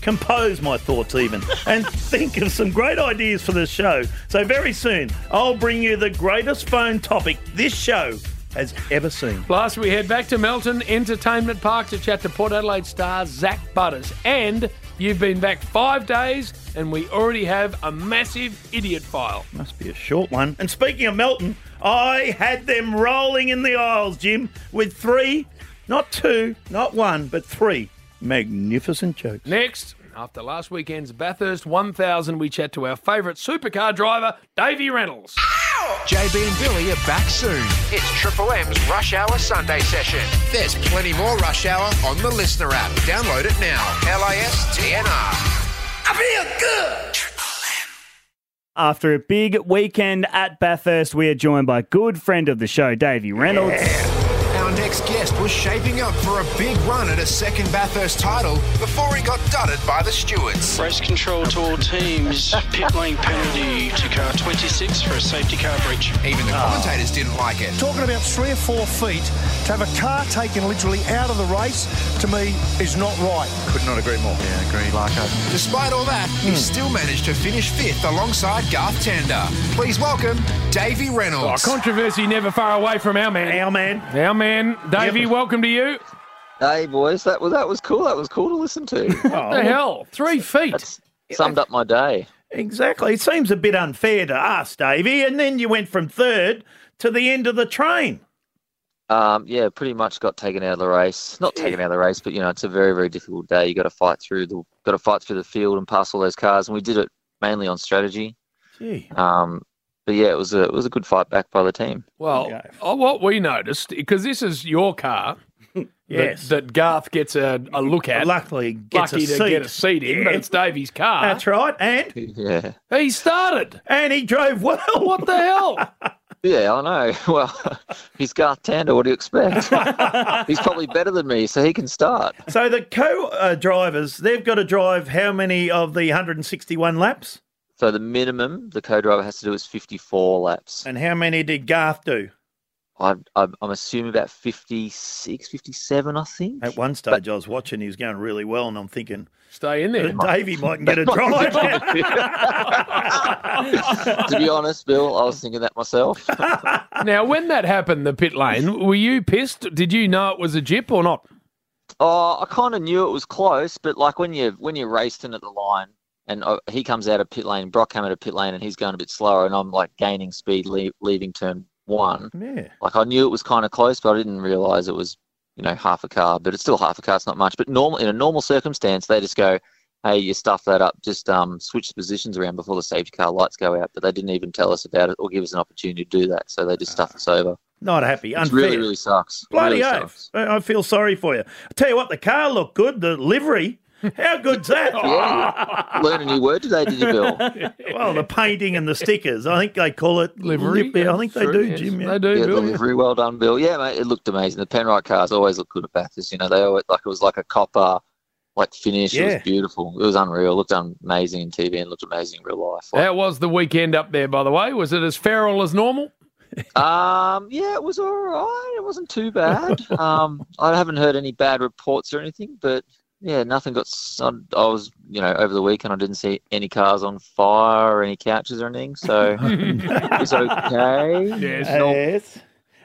Speaker 2: Compose my thoughts, even, and think of some great ideas for the show. So, very soon, I'll bring you the greatest phone topic this show has ever seen.
Speaker 3: Plus, we head back to Melton Entertainment Park to chat to Port Adelaide star Zach Butters. And you've been back five days, and we already have a massive idiot file.
Speaker 2: Must be a short one. And speaking of Melton, I had them rolling in the aisles, Jim, with three, not two, not one, but three magnificent jokes.
Speaker 3: Next, after last weekend's Bathurst 1000, we chat to our favourite supercar driver, Davey Reynolds.
Speaker 1: JB and Billy are back soon. It's Triple M's Rush Hour Sunday session. There's plenty more Rush Hour on the Listener app. Download it now. LISTNR. I feel good.
Speaker 11: After a big weekend at Bathurst, we are joined by good friend of the show, Davey Reynolds.
Speaker 1: Our next guest was shaping up for a big run at a second Bathurst title before he got dudded by the stewards.
Speaker 16: Race control to all teams. Pit lane penalty to car 26 for a safety car breach. Ah.
Speaker 1: Even the commentators didn't like it.
Speaker 17: Talking about three or four feet to have a car taken literally out of the race to me is not right.
Speaker 1: Could not agree Hmm. more. Yeah, agreed. Larko. Despite all that, he still managed to finish fifth alongside Garth Tander. Please welcome Davey
Speaker 3: Oh,
Speaker 1: Reynolds.
Speaker 3: controversy never far away from our man.
Speaker 2: Our man.
Speaker 3: Our man. Davey, welcome to you.
Speaker 18: Hey boys, that was that was cool. That was cool to listen to.
Speaker 3: What the hell? Three feet.
Speaker 18: Summed up my day.
Speaker 2: Exactly. It seems a bit unfair to us, Davey. And then you went from third to the end of the train.
Speaker 18: Um, yeah, pretty much got taken out of the race. Not taken out of the race, but you know, it's a very very difficult day. You got to fight through the got to fight through the field and pass all those cars, and we did it mainly on strategy.
Speaker 2: Gee.
Speaker 18: Um, but yeah, it was a it was a good fight back by the team.
Speaker 3: Well, uh, what we noticed, because this is your car. that-
Speaker 2: Yes.
Speaker 3: That, Garth gets a, a look at.
Speaker 2: Luckily, gets
Speaker 3: Lucky
Speaker 2: a
Speaker 3: to
Speaker 2: seat.
Speaker 3: get a seat in, but
Speaker 2: Yeah.
Speaker 3: it's Davey's car.
Speaker 2: That's right. And
Speaker 18: Yeah.
Speaker 3: Ah. he started.
Speaker 2: And he drove well. What
Speaker 3: the hell?
Speaker 18: Yeah, I know. Well, he's Garth Tander. What do you expect? he's probably better than me, so he can start.
Speaker 2: So the co uh, drivers, they've got to drive how many of the 161 laps?
Speaker 18: So the minimum the co-driver has to do is 54 laps.
Speaker 2: And how many did Garth do?
Speaker 18: I'm, I'm, I'm assuming about 56, 57, I think.
Speaker 2: At one stage, I was watching, he was going really well, and I'm thinking,
Speaker 3: stay in there.
Speaker 2: Davey might get a drive.
Speaker 18: to be honest, Bill, I was thinking that myself.
Speaker 3: Now, when that happened, the pit lane, were you pissed? Did you know it was a jip or not?
Speaker 18: Oh, I kind of knew it was close, but like when you when you raced in at the line and uh, he comes out of pit lane, Brock came out of pit lane, and he's going a bit slower, and I'm like gaining speed le- leaving turn one.
Speaker 2: Yeah.
Speaker 18: Like I knew it was kind of close, but I didn't realise it was you know half a car, but it's still half a car. It's not much. But normal in a normal circumstance, they just go, hey, you stuff that up, just um, switch the positions around before the safety car lights go out. But they didn't even tell us about it or give us an opportunity to do that. So they just stuffed us over.
Speaker 2: Not happy.
Speaker 18: Which
Speaker 2: Ah. unfair.
Speaker 18: really, really sucks.
Speaker 2: Bloody
Speaker 18: Really sucks.
Speaker 2: oath. I I feel sorry for you. I tell you what, the car looked good, the livery. How good's that?
Speaker 18: Learn a new word today, did you, Bill?
Speaker 2: well, the painting and the stickers. I think they call it livery. I think they do, Jim. Yeah.
Speaker 18: Yeah, delivery. Well done, Bill. Yeah, mate, it looked amazing. The Penrite cars always look good at Bathurst. You know, they always like it was like a copper, like finish. It
Speaker 3: Yeah.
Speaker 18: was beautiful. It was unreal. It looked amazing in TV and looked amazing in real life.
Speaker 3: How was the weekend up there, by the way? Was it as feral as normal?
Speaker 18: Um, yeah, it was all right. It wasn't too bad. Um, I haven't heard any bad reports or anything, but yeah, nothing got. s- I I was, you know, over the weekend, I didn't see any cars on fire or any couches or anything, so it was okay.
Speaker 2: Yes.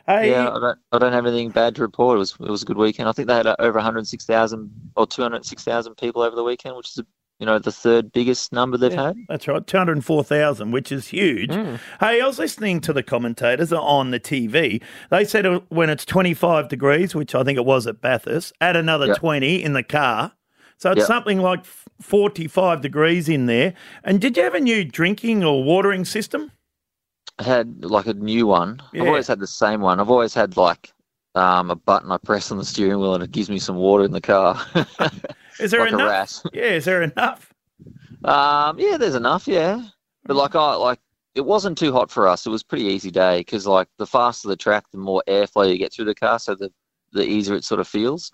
Speaker 2: Hey,
Speaker 18: Yeah, I don't, I don't have anything bad to report. It was, it was a good weekend. I think they had uh, over 106,000 or 206,000 people over the weekend, which is, you know, the third biggest number they've had.
Speaker 2: That's right, 204,000, which is huge. Hey, I was listening to the commentators on the TV. They said it- when it's 25 degrees, which I think it was at Bathurst, add another
Speaker 19: Yep.
Speaker 2: 20 in the car. So it's
Speaker 19: Yep.
Speaker 2: something like f- 45 degrees in there. And did you have a new drinking or watering system?
Speaker 18: I had like a new one.
Speaker 2: Yeah.
Speaker 18: I've always had the same one. I've always had like um, a button I press on the steering wheel and it gives me some water in the car.
Speaker 2: Is there
Speaker 18: Like a
Speaker 2: enough?
Speaker 18: rat.
Speaker 2: yeah, is there enough?
Speaker 18: Um, yeah, there's enough, yeah. But like I like it wasn't too hot for us. It was a pretty easy day because like the faster the track, the more airflow you get through the car, so the the easier it sort of feels.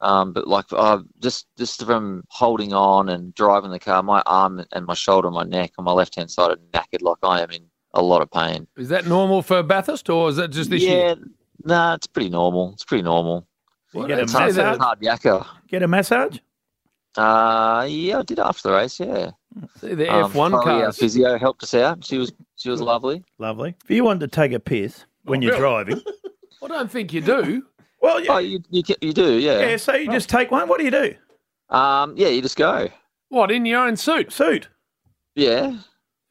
Speaker 18: Um, but like uh, just just from holding on and driving the car, my arm and my shoulder, and my neck, on my left hand side are knackered. Like I am in a lot of pain.
Speaker 3: Is that normal for Bathurst, or is that just this
Speaker 18: yeah,
Speaker 3: year?
Speaker 18: nah, it's pretty normal. It's pretty normal.
Speaker 2: You get a
Speaker 18: it's hard, it's
Speaker 2: massage?
Speaker 18: hard yakka.
Speaker 2: Get a massage?
Speaker 18: Uh, yeah, I did after the race. Yeah,
Speaker 3: the
Speaker 18: Um,
Speaker 3: F1
Speaker 18: Chloe, our
Speaker 3: cars.
Speaker 18: physio helped us out. She was she was lovely.
Speaker 2: Lovely. If you wanted to take a piss when you're
Speaker 3: really?
Speaker 2: driving.
Speaker 3: I don't think you do.
Speaker 2: Well, yeah.
Speaker 18: Oh, you, you, ca- you do, yeah.
Speaker 2: Yeah, so you just take one. What do you do?
Speaker 18: Um, yeah, you just go.
Speaker 3: What in your own suit?
Speaker 2: Suit.
Speaker 18: Yeah.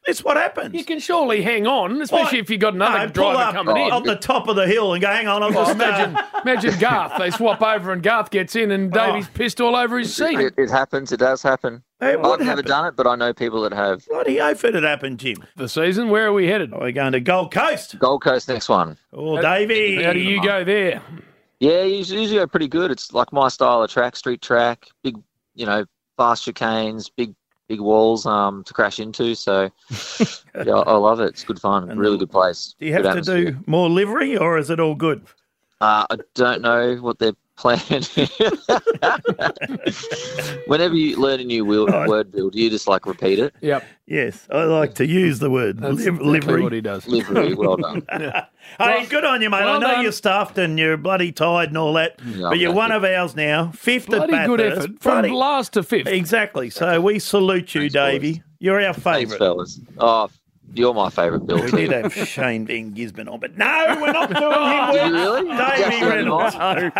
Speaker 2: It's what happens.
Speaker 3: You can surely hang on, especially
Speaker 2: What?
Speaker 3: if you've got another
Speaker 2: No, pull
Speaker 3: driver
Speaker 2: up
Speaker 3: coming in.
Speaker 2: on the top of the hill and go, hang on, I'll
Speaker 3: Well,
Speaker 2: just uh,
Speaker 3: imagine, imagine Garth. They swap over and Garth gets in,
Speaker 2: Oh.
Speaker 3: and Davey's pissed all over his seat.
Speaker 18: It, it happens. It does happen.
Speaker 2: Hey,
Speaker 18: I've
Speaker 2: what
Speaker 18: never
Speaker 2: happened?
Speaker 18: done it, but I know people that have.
Speaker 2: Bloody oath it had happened, Jim.
Speaker 3: The season, where are we headed?
Speaker 2: Are we going to Gold Coast?
Speaker 18: Gold Coast next one.
Speaker 2: Oh, Davey.
Speaker 3: How do you go there?
Speaker 18: Yeah, usually, usually go pretty good. It's like my style of track, street track, big, you know, fast chicanes, big, big walls um to crash into. So yeah, I, I love it. It's good fun. really good place.
Speaker 2: Do you have
Speaker 18: good
Speaker 2: to
Speaker 18: atmosphere.
Speaker 2: do more livery or is it all good?
Speaker 18: Uh, I don't know what their plan is. Whenever you learn a new wheel, word build, you just like repeat it.
Speaker 3: Yep.
Speaker 2: Yes, I like to use the word
Speaker 18: That's
Speaker 2: liv-
Speaker 18: exactly
Speaker 2: livery.
Speaker 18: what he does. Livery, well done.
Speaker 2: hey, good on you, mate. I
Speaker 3: well
Speaker 2: know
Speaker 3: done.
Speaker 2: you're stuffed and you're bloody tired and all that,
Speaker 18: Yeah,
Speaker 2: but you're
Speaker 18: I'm
Speaker 2: one of ours now. Fifth
Speaker 3: Bloody
Speaker 2: at
Speaker 3: good
Speaker 2: Bathurst.
Speaker 3: effort. From
Speaker 2: Bloody-
Speaker 3: last to fifth.
Speaker 2: Exactly. So we salute you, Davey. You're our
Speaker 18: Thanks,
Speaker 2: favourite.
Speaker 18: fellas. Oh, you're my favourite, Bill.
Speaker 2: We
Speaker 18: too.
Speaker 2: did have Shane Van Gisborne on, but no, we're not doing him.
Speaker 18: Did
Speaker 2: well.
Speaker 18: you really?
Speaker 2: Davey
Speaker 18: Jackson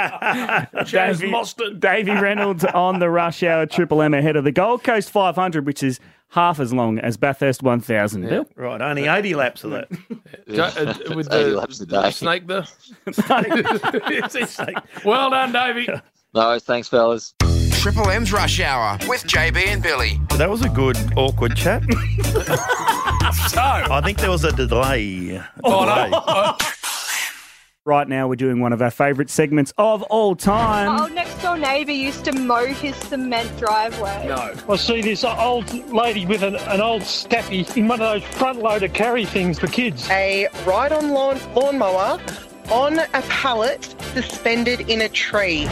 Speaker 2: Reynolds.
Speaker 3: Jazz
Speaker 11: Davey-
Speaker 3: Mostard.
Speaker 11: Davey Reynolds on the rush hour Triple M ahead of the Gold Coast 500, which is half as long as Bathurst 1000. Bill?
Speaker 2: Right, only 80 laps of that.
Speaker 3: Go, uh, with
Speaker 18: Eighty
Speaker 3: the,
Speaker 18: laps a day.
Speaker 3: snake there. well done, Davey.
Speaker 18: No, thanks, fellas.
Speaker 1: Triple M's Rush Hour with JB and Billy.
Speaker 2: That was a good, awkward chat.
Speaker 3: so,
Speaker 2: I think there was a delay.
Speaker 3: Oh, no.
Speaker 11: Right now, we're doing one of our favourite segments of all time.
Speaker 20: Our next door neighbour used to mow his cement driveway. No.
Speaker 5: I see this old lady with an, an old staffy in one of those front loader carry things for kids.
Speaker 21: a ride-on lawn lawnmower on a pallet suspended in a tree.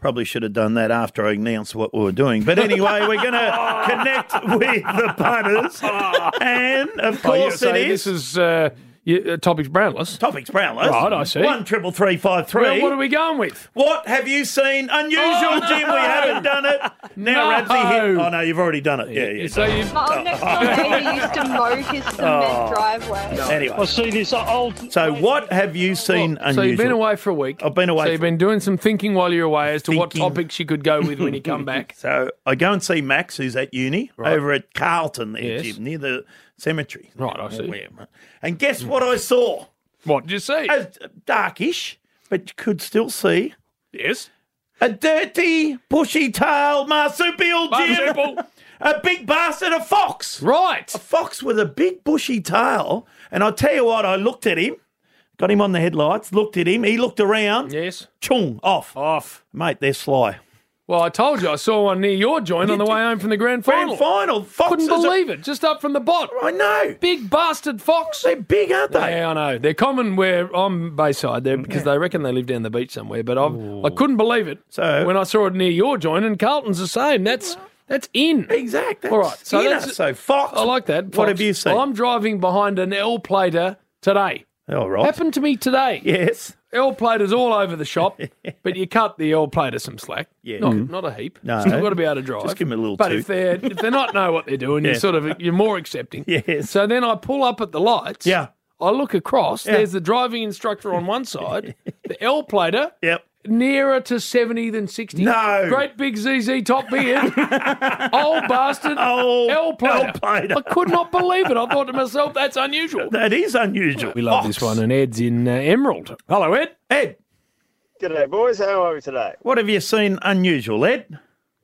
Speaker 2: Probably should have done that after I announced what we were doing. But anyway, we're going to connect with the punters.
Speaker 3: Ah.
Speaker 2: And of
Speaker 3: Oh, you
Speaker 2: course, it
Speaker 3: say
Speaker 2: is.
Speaker 3: This is uh, you- uh, topics Brownless.
Speaker 2: Topics Brownless.
Speaker 3: Right, I see.
Speaker 2: One triple three five three.
Speaker 3: Well, what are we going with?
Speaker 2: What have you seen? Unusual,
Speaker 3: Oh, no.
Speaker 2: Jim. We haven't done it. Now,
Speaker 3: No.
Speaker 2: Ramsey hit. Oh, no, you've already done it. Yeah, yeah.
Speaker 3: So you-
Speaker 20: My old next door neighbour used to mow his cement
Speaker 2: Oh.
Speaker 20: driveway.
Speaker 2: Anyway. I see this old. So, what have you seen
Speaker 3: So
Speaker 2: unusual?
Speaker 3: you've been away for a week.
Speaker 2: I've been away
Speaker 3: So you've
Speaker 2: for-
Speaker 3: been doing some thinking while you're away as to what topics you could go with when you come back.
Speaker 2: So I go and see Max, who's at uni,
Speaker 3: Right.
Speaker 2: over at Carlton there,
Speaker 3: Yes.
Speaker 2: Jim, near the cemetery.
Speaker 3: Right, I see.
Speaker 2: And guess what I saw?
Speaker 3: What did you see?
Speaker 2: darkish, but you could still see
Speaker 3: Yes.
Speaker 2: a dirty, bushy tail marsupial, Jim.
Speaker 3: Marsupial.
Speaker 2: a big bastard, a fox. Right. A fox with a big bushy tail. And I tell you what, I looked at him, got him on the headlights, looked at him. He looked around. Yes. Chung, off. Off. Mate, they're sly.
Speaker 3: Well, I told you, I saw one near your joint on the way home from the grand final.
Speaker 2: Grand final. Foxes
Speaker 3: Couldn't
Speaker 2: are-
Speaker 3: believe it. Just up from the bot.
Speaker 2: I know.
Speaker 3: Big bastard fox. They're
Speaker 2: big, aren't they?
Speaker 3: Yeah, I know. They're common where I'm Bayside there because they reckon they live down the beach somewhere. But I've, I couldn't believe it so, when I saw it near your joint, and Carlton's the same. That's that's in.
Speaker 2: Exactly.
Speaker 3: All right. So
Speaker 2: in
Speaker 3: that's
Speaker 2: us, so fox.
Speaker 3: I like that.
Speaker 2: What
Speaker 3: fox.
Speaker 2: have you seen?
Speaker 3: I'm driving behind an L plater today.
Speaker 2: All right.
Speaker 3: Happened to me today.
Speaker 2: Yes.
Speaker 3: L platers all over the shop, but you cut the L plater some slack.
Speaker 2: Yeah.
Speaker 3: Not,
Speaker 2: Mm.
Speaker 3: not a heap.
Speaker 2: No.
Speaker 3: Still got to be able to drive.
Speaker 2: Just give 'em a little
Speaker 3: But
Speaker 2: toot.
Speaker 3: if they're if they're not know what they're doing,
Speaker 2: Yeah.
Speaker 3: you're sort of you're more accepting.
Speaker 2: Yes.
Speaker 3: So then I pull up at the lights.
Speaker 2: Yeah.
Speaker 3: I look across.
Speaker 2: Yeah.
Speaker 3: There's the driving instructor on one side, the L plater.
Speaker 2: Yep.
Speaker 3: Nearer to seventy than sixty.
Speaker 2: No.
Speaker 3: Great big ZZ top beard. Old bastard.
Speaker 2: Old
Speaker 3: L plater.
Speaker 2: L plater.
Speaker 3: I could not believe it. I thought to myself, that's unusual.
Speaker 2: That is unusual.
Speaker 3: We love
Speaker 2: Fox.
Speaker 3: this one, and Ed's in uh, Emerald. Hello, Ed.
Speaker 2: Ed,
Speaker 19: G'day, boys. How are we today?
Speaker 2: what have you seen unusual, Ed?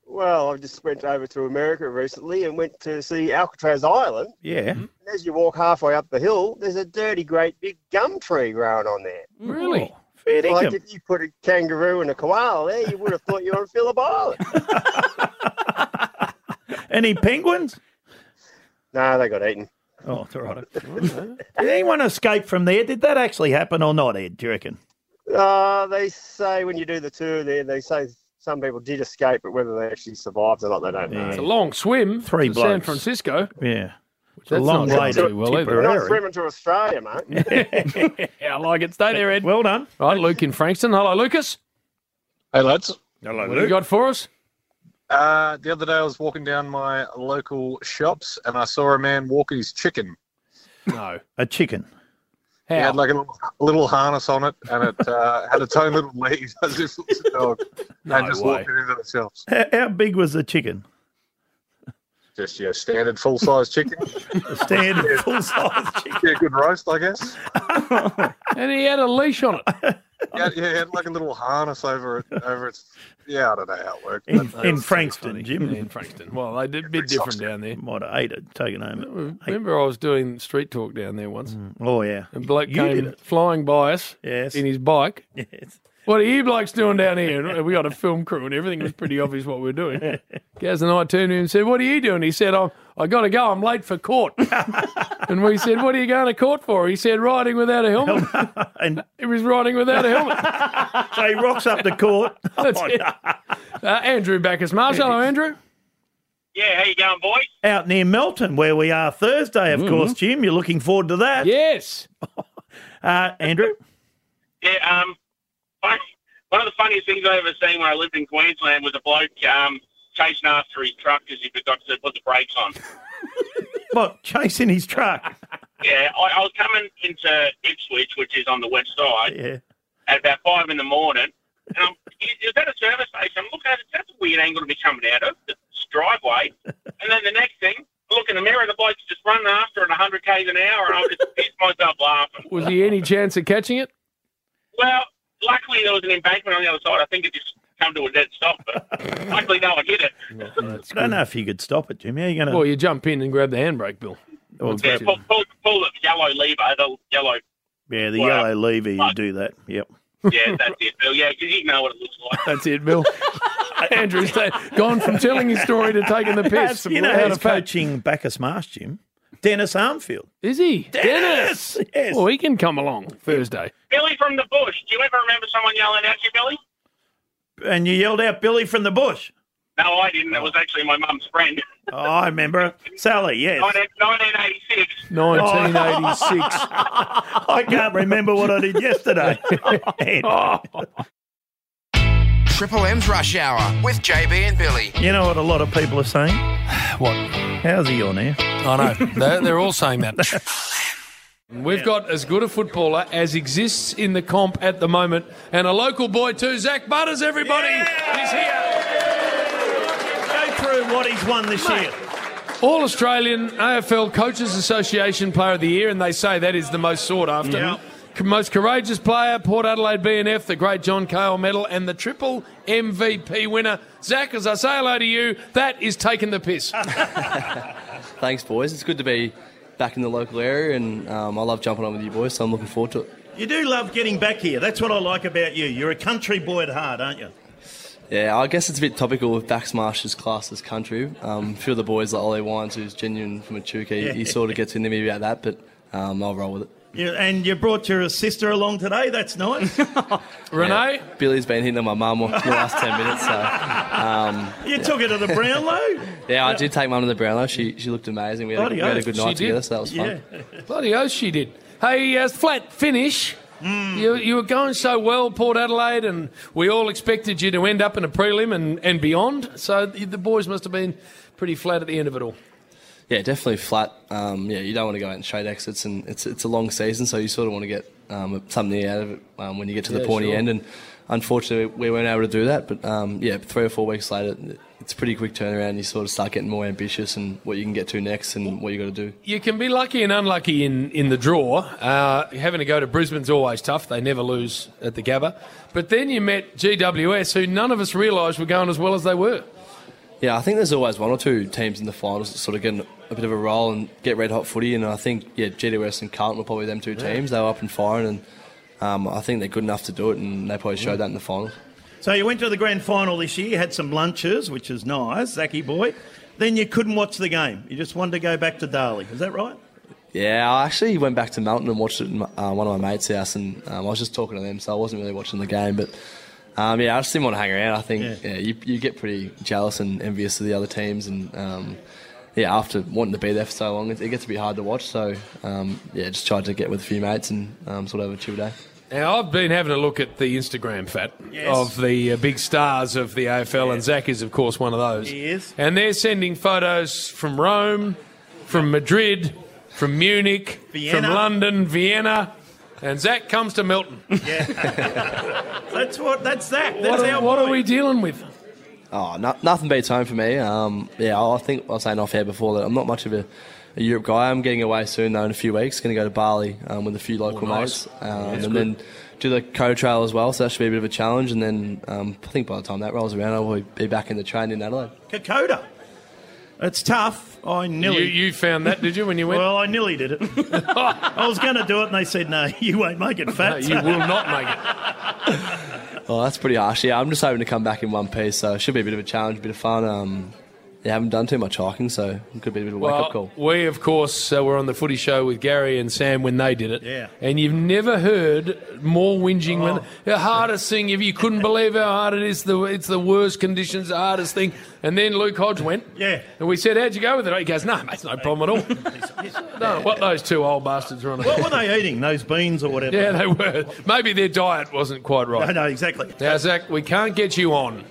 Speaker 19: Well, I've just went over to America recently and went to see Alcatraz Island.
Speaker 2: Yeah.
Speaker 19: And as you walk halfway up the hill, there's a dirty, great big gum tree growing on there.
Speaker 2: Oh.
Speaker 3: Really?
Speaker 2: Fair
Speaker 19: like
Speaker 2: dinkum.
Speaker 19: if you put a kangaroo and a koala there, you would have thought you were on Phillip Island.
Speaker 2: Any penguins?
Speaker 19: No, they got eaten.
Speaker 2: Oh, it's all right. Did anyone escape from there? Did that actually happen or not, Ed? Do you reckon?
Speaker 19: Uh, they say when you do the tour there, they say some people did escape, but whether they actually survived or not, they don't know.
Speaker 3: It's a long swim
Speaker 2: Three
Speaker 3: to San
Speaker 2: blokes.
Speaker 3: Francisco.
Speaker 2: Yeah. It's
Speaker 3: That's
Speaker 2: a long
Speaker 3: not
Speaker 2: way
Speaker 3: doing
Speaker 2: to
Speaker 3: too well either.
Speaker 19: We're not
Speaker 2: Tipperary.
Speaker 19: swimming to Australia, mate.
Speaker 3: yeah, I like it. Stay there, Ed.
Speaker 2: Well done.
Speaker 3: All right, Luke in Frankston. Hello, Lucas.
Speaker 22: Hey, lads.
Speaker 2: Hello,
Speaker 22: Luke.
Speaker 3: What have you got for us?
Speaker 22: Uh, the other day, I was walking down my local shops and I saw a man walk his chicken.
Speaker 3: No.
Speaker 2: A chicken.
Speaker 22: He had like a little, a little harness on it and it uh, had its own little lead as if it was a dog. and just
Speaker 2: way.
Speaker 22: walked it into the shops.
Speaker 2: How, how big was the chicken?
Speaker 22: Just your standard full size chicken.
Speaker 2: standard full size chicken.
Speaker 22: Yeah, good roast, I guess.
Speaker 3: And he had a leash on it.
Speaker 22: Yeah, yeah, it had like a little harness over it. Over its, yeah, I don't know how it worked.
Speaker 2: In,
Speaker 22: but-
Speaker 2: in Frankston, Jim.
Speaker 3: in Frankston. Well, they did a bit different down there.
Speaker 2: Might have ate it, taken home.
Speaker 3: Remember, I was doing street talk down there once.
Speaker 2: Oh, yeah.
Speaker 3: And bloke
Speaker 2: You did
Speaker 3: came
Speaker 2: it.
Speaker 3: flying by us
Speaker 2: Yes.
Speaker 3: in his bike.
Speaker 2: Yes.
Speaker 3: What are you blokes doing down here? And we got a film crew, and everything was pretty obvious what we were doing. Gaz and I turned to him and said, "What are you doing?" He said, "I'm, I got to go. I'm late for court." and we said, "What are you going to court for?" He said, "Riding without a helmet."
Speaker 2: and
Speaker 3: he was riding without a helmet.
Speaker 2: so he rocks up the court. Oh,
Speaker 3: That's it. Uh, Andrew Backus Marsh. Hello, Andrew.
Speaker 23: Yeah, how you going, boys?
Speaker 2: Out near Melton, where we are Thursday, of course, Jim. You're looking forward to that.
Speaker 3: Mm-hmm. Yes.
Speaker 2: uh, Andrew?
Speaker 23: Yeah, um, funny, one of the funniest things I ever seen when I lived in Queensland was a bloke um, chasing after his truck because he forgot to put the brakes on.
Speaker 2: What? Chasing his truck.
Speaker 23: yeah, I, I was coming into Ipswich, which is on the west side,
Speaker 2: Yeah.
Speaker 23: at about five in the morning, and I'm it was at a service station. I'm looking at it. That's a weird angle to be coming out of the driveway, and then the next thing. I Look in the mirror, the bloke's just running after at 100 k's an hour, and I just pissed myself laughing.
Speaker 3: Was he any chance of catching it?
Speaker 23: Well, luckily there was an embankment on the other side. I think it just come to a dead stop, but luckily no one hit it.
Speaker 2: I don't know if you could stop it, Jim. How are you going to.
Speaker 3: Well, you jump in and grab the handbrake, Bill.
Speaker 2: Well,
Speaker 23: Yeah,
Speaker 2: grab-
Speaker 23: pull, pull, pull the yellow lever, the yellow.
Speaker 2: yeah, the
Speaker 23: Well,
Speaker 2: yellow lever, you do that. Yep.
Speaker 23: Yeah, that's it, Bill. Yeah, because you know what it looks like.
Speaker 3: That's it, Bill. Andrew's ta- gone from telling his story to taking the piss.
Speaker 2: you know
Speaker 3: Without a
Speaker 2: who's
Speaker 3: fact.
Speaker 2: coaching Bacchus Marsh, Jim? Dennis Armfield.
Speaker 3: Is he?
Speaker 2: Dennis! Yes.
Speaker 3: Well, he can come along Thursday.
Speaker 23: Billy from the bush. Do you ever remember someone yelling at you, Billy?
Speaker 2: And you yelled out Billy from the bush.
Speaker 23: No, I didn't. It was actually my mum's friend.
Speaker 2: Oh, I remember. Sally, yes.
Speaker 23: 19- 1986.
Speaker 2: 1986. I can't remember what I did yesterday.
Speaker 3: Oh.
Speaker 1: Triple M's Rush Hour with JB and Billy.
Speaker 2: you know what a lot of people are saying? What? How's he on air?
Speaker 3: I know. They're, Uh, they're all saying that. We've got as good a footballer as exists in the comp at the moment, and a local boy too, Zach Butters, everybody, is here.
Speaker 2: Go through what he's won this year.
Speaker 3: All Australian AFL Coaches Association Player of the Year, and they say that is the most sought after. most courageous player, Port Adelaide BNF, the great John Cale medal, and the triple MVP winner. Zach, as I say hello to you, that is taking the piss.
Speaker 4: Thanks, boys. It's good to be back in the local area, and um, I love jumping on with you boys, so I'm looking forward to it.
Speaker 2: You do love getting back here. That's what I like about you. You're a country boy at heart, aren't you?
Speaker 4: Yeah, I guess it's a bit topical with Dax Marsh's class as country. Um, a few of the boys like Ollie Wines, who's genuine from a Chuka, he, he sort of gets into me about that, but um, I'll roll with it.
Speaker 2: you and you brought your sister along today. That's nice. Renee?
Speaker 4: Yeah, Billy's been hitting on my mum for the last 10 minutes, so. Um,
Speaker 2: You
Speaker 4: yeah.
Speaker 2: took her to the Brownlow?
Speaker 4: Yeah, I did take mum to the Brownlow. She, she looked amazing. We had, a, we had a good night together, so that was fun.
Speaker 3: Bloody oath she did. Hey, uh, flat finish.
Speaker 4: Hmm.
Speaker 3: You, you were going so well, Port Adelaide, and we all expected you to end up in a prelim and, and beyond. So the the boys must have been pretty flat at the end of it all.
Speaker 4: Yeah, definitely flat. Um, yeah, you don't want to go out in straight exits, and it's it's a long season, so you sort of want to get um, something out of it um, when you get to the
Speaker 3: Yeah,
Speaker 4: pointy
Speaker 3: sure.
Speaker 4: end. And unfortunately, we weren't able to do that. But um, yeah, three or four weeks later, it's a pretty quick turnaround. You sort of start getting more ambitious and what you can get to next and what you got to do.
Speaker 3: You can be lucky and unlucky in, in the draw. Uh, having to go to Brisbane's always tough. They never lose at the Gabba. But then you met GWS, who none of us realised were going as well as they were.
Speaker 4: Yeah, I think there's always one or two teams in the finals that sort of get an- a bit of a roll and get red hot footy. And I think yeah, GWS and Carlton were probably them two
Speaker 2: Yeah.
Speaker 4: teams. They were up and firing, and um, I think they're good enough to do it, and they probably showed that in the finals.
Speaker 2: So you went to the grand final this year, had some lunches, which is nice, Zachy boy. Then you couldn't watch the game. You just wanted to go back to Darley. Is that right?
Speaker 4: Yeah, I actually went back to Melton and watched it at uh, one of my mates' house, and um, I was just talking to them, so I wasn't really watching the game. But um, yeah, I just didn't want to hang around. I think yeah. you, you get pretty jealous and envious of the other teams, and um, yeah, after wanting to be there for so long, it, it gets a bit hard to watch. So um, yeah, just tried to get with a few mates and um, sort of have a chill day.
Speaker 3: Now, I've been having a look at the Instagram fat of the uh, big stars of the AFL, and Zach is, of course, one of those. He
Speaker 2: is.
Speaker 3: And they're sending photos from Rome, from Madrid, from Munich,
Speaker 2: Vienna.
Speaker 3: from London, Vienna, and Zach comes to Melton.
Speaker 2: That's what. That's that. That's
Speaker 3: What
Speaker 2: our
Speaker 3: are, what are
Speaker 2: boy.
Speaker 3: we dealing with?
Speaker 4: Oh, no, nothing beats home for me. Um, yeah, I I think I was saying off air before that I'm not much of a, a Europe guy. I'm getting away soon though in a few weeks. Going to go to Bali um, with a few local
Speaker 3: Oh, nice.
Speaker 4: mates, um,
Speaker 3: That's
Speaker 4: and
Speaker 3: good.
Speaker 4: then do the Co Trail as well. So that should be a bit of a challenge. And then um, I think by the time that rolls around, I'll be back in the train in Adelaide.
Speaker 2: Kokoda. It's tough. I nearly.
Speaker 4: You- you found that, did you, when you went?
Speaker 2: Well, I nearly did it. I was going to do it, and they said, "No, you won't make it fat.
Speaker 4: No, you will
Speaker 3: not make it."
Speaker 4: Oh, that's pretty harsh. Yeah, I'm just hoping to come back in one piece. So it should be a bit of a challenge, a bit of fun. Um, yeah, I haven't done too much hiking, so it could be a bit of a wake up call.
Speaker 3: we, of course, uh, were on the footy show with Gary and Sam when they did it.
Speaker 4: Yeah.
Speaker 3: And you've never heard more whinging. When the hardest thing, if you couldn't believe how hard it is, the, it's the worst conditions, the hardest thing. And then Luke Hodge went.
Speaker 2: Yeah.
Speaker 3: And we said, How'd you go with it? He goes, No, mate, it's no problem at all. no, what those two old bastards were on.
Speaker 2: What were they eating? Those beans or whatever?
Speaker 3: Yeah, they were. Maybe their diet wasn't quite right.
Speaker 2: No, no, exactly.
Speaker 3: Now, Zach, we can't get you on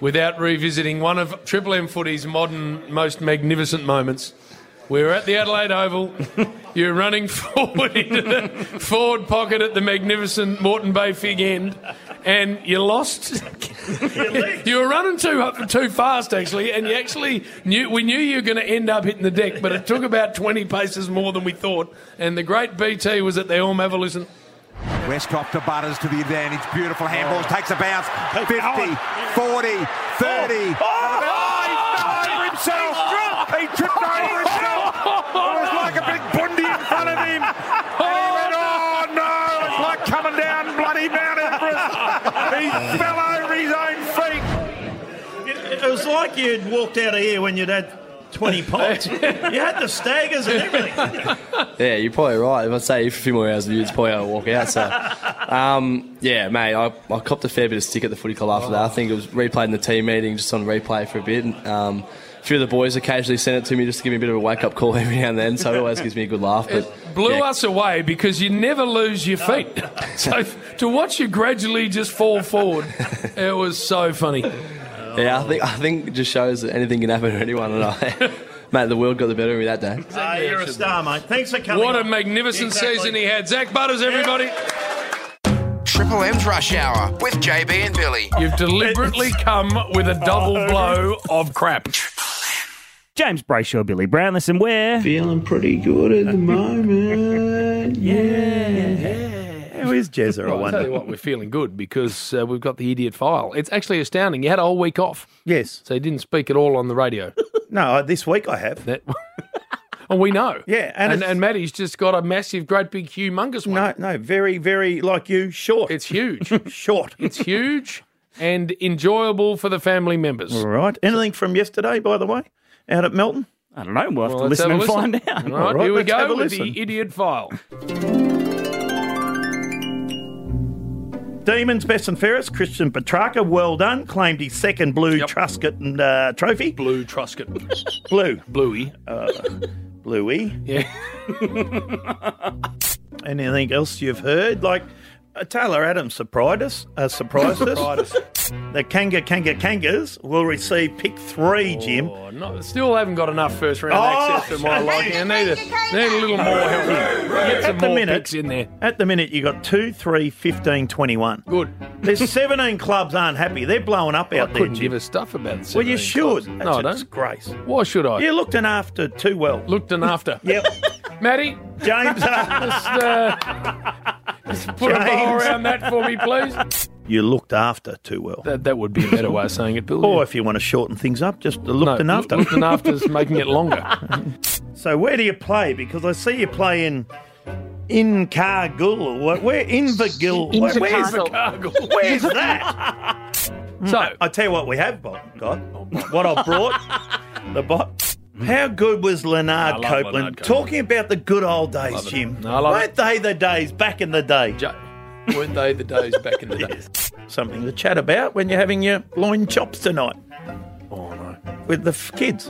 Speaker 3: without revisiting one of Triple M footy's modern most magnificent moments. We were at the Adelaide Oval. You're running forward into the forward pocket at the magnificent Moreton Bay fig end, and you lost. you were running too too fast, actually, and you actually knew we knew you were going to end up hitting the deck, but it took about 20 paces more than we thought. And the great BT was at the Elm Evolution.
Speaker 6: Westcott to Butters to the advantage. Beautiful handballs. Takes a bounce. 50, 40, 30.
Speaker 5: Oh,
Speaker 15: Oh.
Speaker 5: over himself. He tripped over himself. It was like a big bundy in front of him. And he went, oh no, it's like coming down bloody Mount Everest. He fell over his own feet.
Speaker 2: It, it was like you'd walked out of here when you'd had 20 pints. you had the staggers and everything.
Speaker 4: Yeah, you're probably right. If I say if a few more hours of you, it's probably how I walk out. So, um, yeah, mate, I, I copped a fair bit of stick at the footy club after that. I think it was replayed in the team meeting, just on replay for a bit. And, um, a few of the boys occasionally sent it to me just to give me a bit of a wake up call every now and then, so it always gives me a good laugh. But
Speaker 3: blew
Speaker 4: yeah,
Speaker 3: us away because you never lose your feet. so to watch you gradually just fall forward, it was so funny.
Speaker 4: yeah, I think I think it just shows that anything can happen to anyone. And I, mate, the world got the better of me that day.
Speaker 2: Ah, you're a star, mate. Thanks for coming.
Speaker 3: What a
Speaker 2: on.
Speaker 3: magnificent
Speaker 2: Exactly.
Speaker 3: season he had. Zach Butters, everybody.
Speaker 1: Triple M's Rush Hour with JB and Billy.
Speaker 3: You've deliberately come with a double
Speaker 2: Oh.
Speaker 3: blow of crap.
Speaker 11: James Brayshaw, Billy Brown, listen, we're feeling pretty good at the moment.
Speaker 5: Yeah.
Speaker 2: is Jezza, I
Speaker 3: Well,
Speaker 2: wonder.
Speaker 3: I'll tell you what, we're feeling good because uh, we've got the idiot file. It's actually astounding. You had a whole week off.
Speaker 2: Yes.
Speaker 3: So you didn't speak at all on the radio.
Speaker 2: no, uh, this week I have.
Speaker 3: That, and we know.
Speaker 2: Yeah. And,
Speaker 3: and, and Maddie's just got a massive, great big, humongous one.
Speaker 2: No, no, very, very, like you, short.
Speaker 3: It's huge.
Speaker 2: short.
Speaker 3: It's huge and enjoyable for the family members.
Speaker 2: All right. Anything from yesterday, by the way, out at Melton?
Speaker 11: I don't know. We'll have
Speaker 3: Well, let's have a listen. All right, here we
Speaker 2: let's have a
Speaker 3: go with
Speaker 2: listen. Oh,
Speaker 3: the idiot file.
Speaker 2: Demons, best and fairest. Christian Petrarca, well done. Claimed his second blue Truscott and, uh, trophy.
Speaker 3: Blue Truscott.
Speaker 2: blue.
Speaker 3: Bluey.
Speaker 2: Uh, bluey.
Speaker 3: Yeah.
Speaker 2: Anything else you've heard? Like uh, Taylor Adams surprised us. Uh, surprised us. the Kanga Kanga Kangas will receive pick three, Jim.
Speaker 3: Oh, no, still haven't got enough first round
Speaker 2: Oh,
Speaker 3: access for my
Speaker 2: shut
Speaker 3: liking. I need a, need a little more help. Get some
Speaker 2: At the
Speaker 3: more
Speaker 2: minute,
Speaker 3: picks in there.
Speaker 2: at the minute, you got 2, 3, 15, 21.
Speaker 3: Good.
Speaker 2: There's 17 clubs aren't happy. They're blowing up out
Speaker 3: I
Speaker 2: there,
Speaker 3: couldn't
Speaker 2: Jim.
Speaker 3: give a stuff about the
Speaker 2: Well, you
Speaker 3: 17
Speaker 2: should.
Speaker 3: clubs.
Speaker 2: That's
Speaker 3: No,
Speaker 2: a
Speaker 3: I don't.
Speaker 2: disgrace.
Speaker 3: Why should I?
Speaker 2: You looked in after too well.
Speaker 3: Looked in after.
Speaker 2: yep.
Speaker 3: Matty.
Speaker 2: James.
Speaker 3: just, uh, just put a bow
Speaker 2: James.
Speaker 3: around that for me, please.
Speaker 2: You looked after too well.
Speaker 3: That, that would be a better way of saying it, Bill.
Speaker 2: Or if you want to shorten things up, just the looked in
Speaker 3: No,
Speaker 2: after.
Speaker 3: Looked in after's making it longer.
Speaker 2: So where do you play? Because I see you play in Incargill. or what- Where Invergill?
Speaker 3: In-
Speaker 2: Where- where's
Speaker 3: Invercargill.
Speaker 2: Where's that?
Speaker 3: so
Speaker 2: Mm.
Speaker 3: Oh,
Speaker 2: I tell you what, we have Bob. God, what I brought the bot. How good was
Speaker 3: Mm. I
Speaker 2: Leonard
Speaker 3: love
Speaker 2: Copeland?
Speaker 3: Leonard Copeland.
Speaker 2: Talking about the good old days, Jim.
Speaker 3: I love
Speaker 2: Weren't they the days back in the day?
Speaker 3: Weren't they the days back in the day?
Speaker 2: Something to chat about when you're having your loin chops tonight. Oh no, with the f- kids.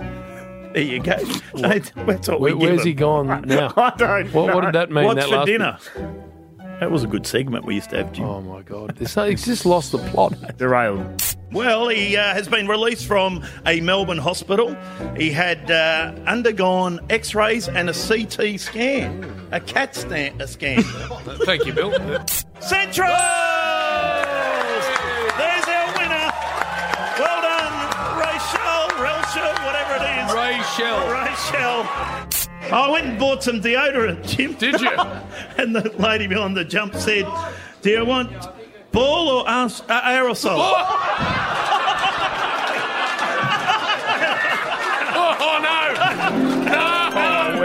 Speaker 2: There you go. So that's what we
Speaker 3: Where,
Speaker 2: give
Speaker 3: where's he
Speaker 2: them.
Speaker 3: gone now?
Speaker 2: I don't
Speaker 3: What, what
Speaker 2: know.
Speaker 3: did that mean?
Speaker 2: What's
Speaker 3: that
Speaker 2: for
Speaker 3: last
Speaker 2: dinner? That was a good segment we used to have, Jim. Oh,
Speaker 3: my God. It's, it's just lost the plot.
Speaker 11: Derailed.
Speaker 2: Well, he uh, has been released from a Melbourne hospital. He had uh, undergone x rays and a CT scan, a CAT scan. A scan.
Speaker 3: bit? Thank you, Bill.
Speaker 2: Central! There's our winner. Well done, Rachel, Rachel, whatever it is.
Speaker 3: Rachel.
Speaker 2: Rachel. I went and bought some deodorant, Jim.
Speaker 3: Did you?
Speaker 2: and the lady behind the jump said, Do you want ball or as- uh, aerosol?
Speaker 3: Oh, no! No!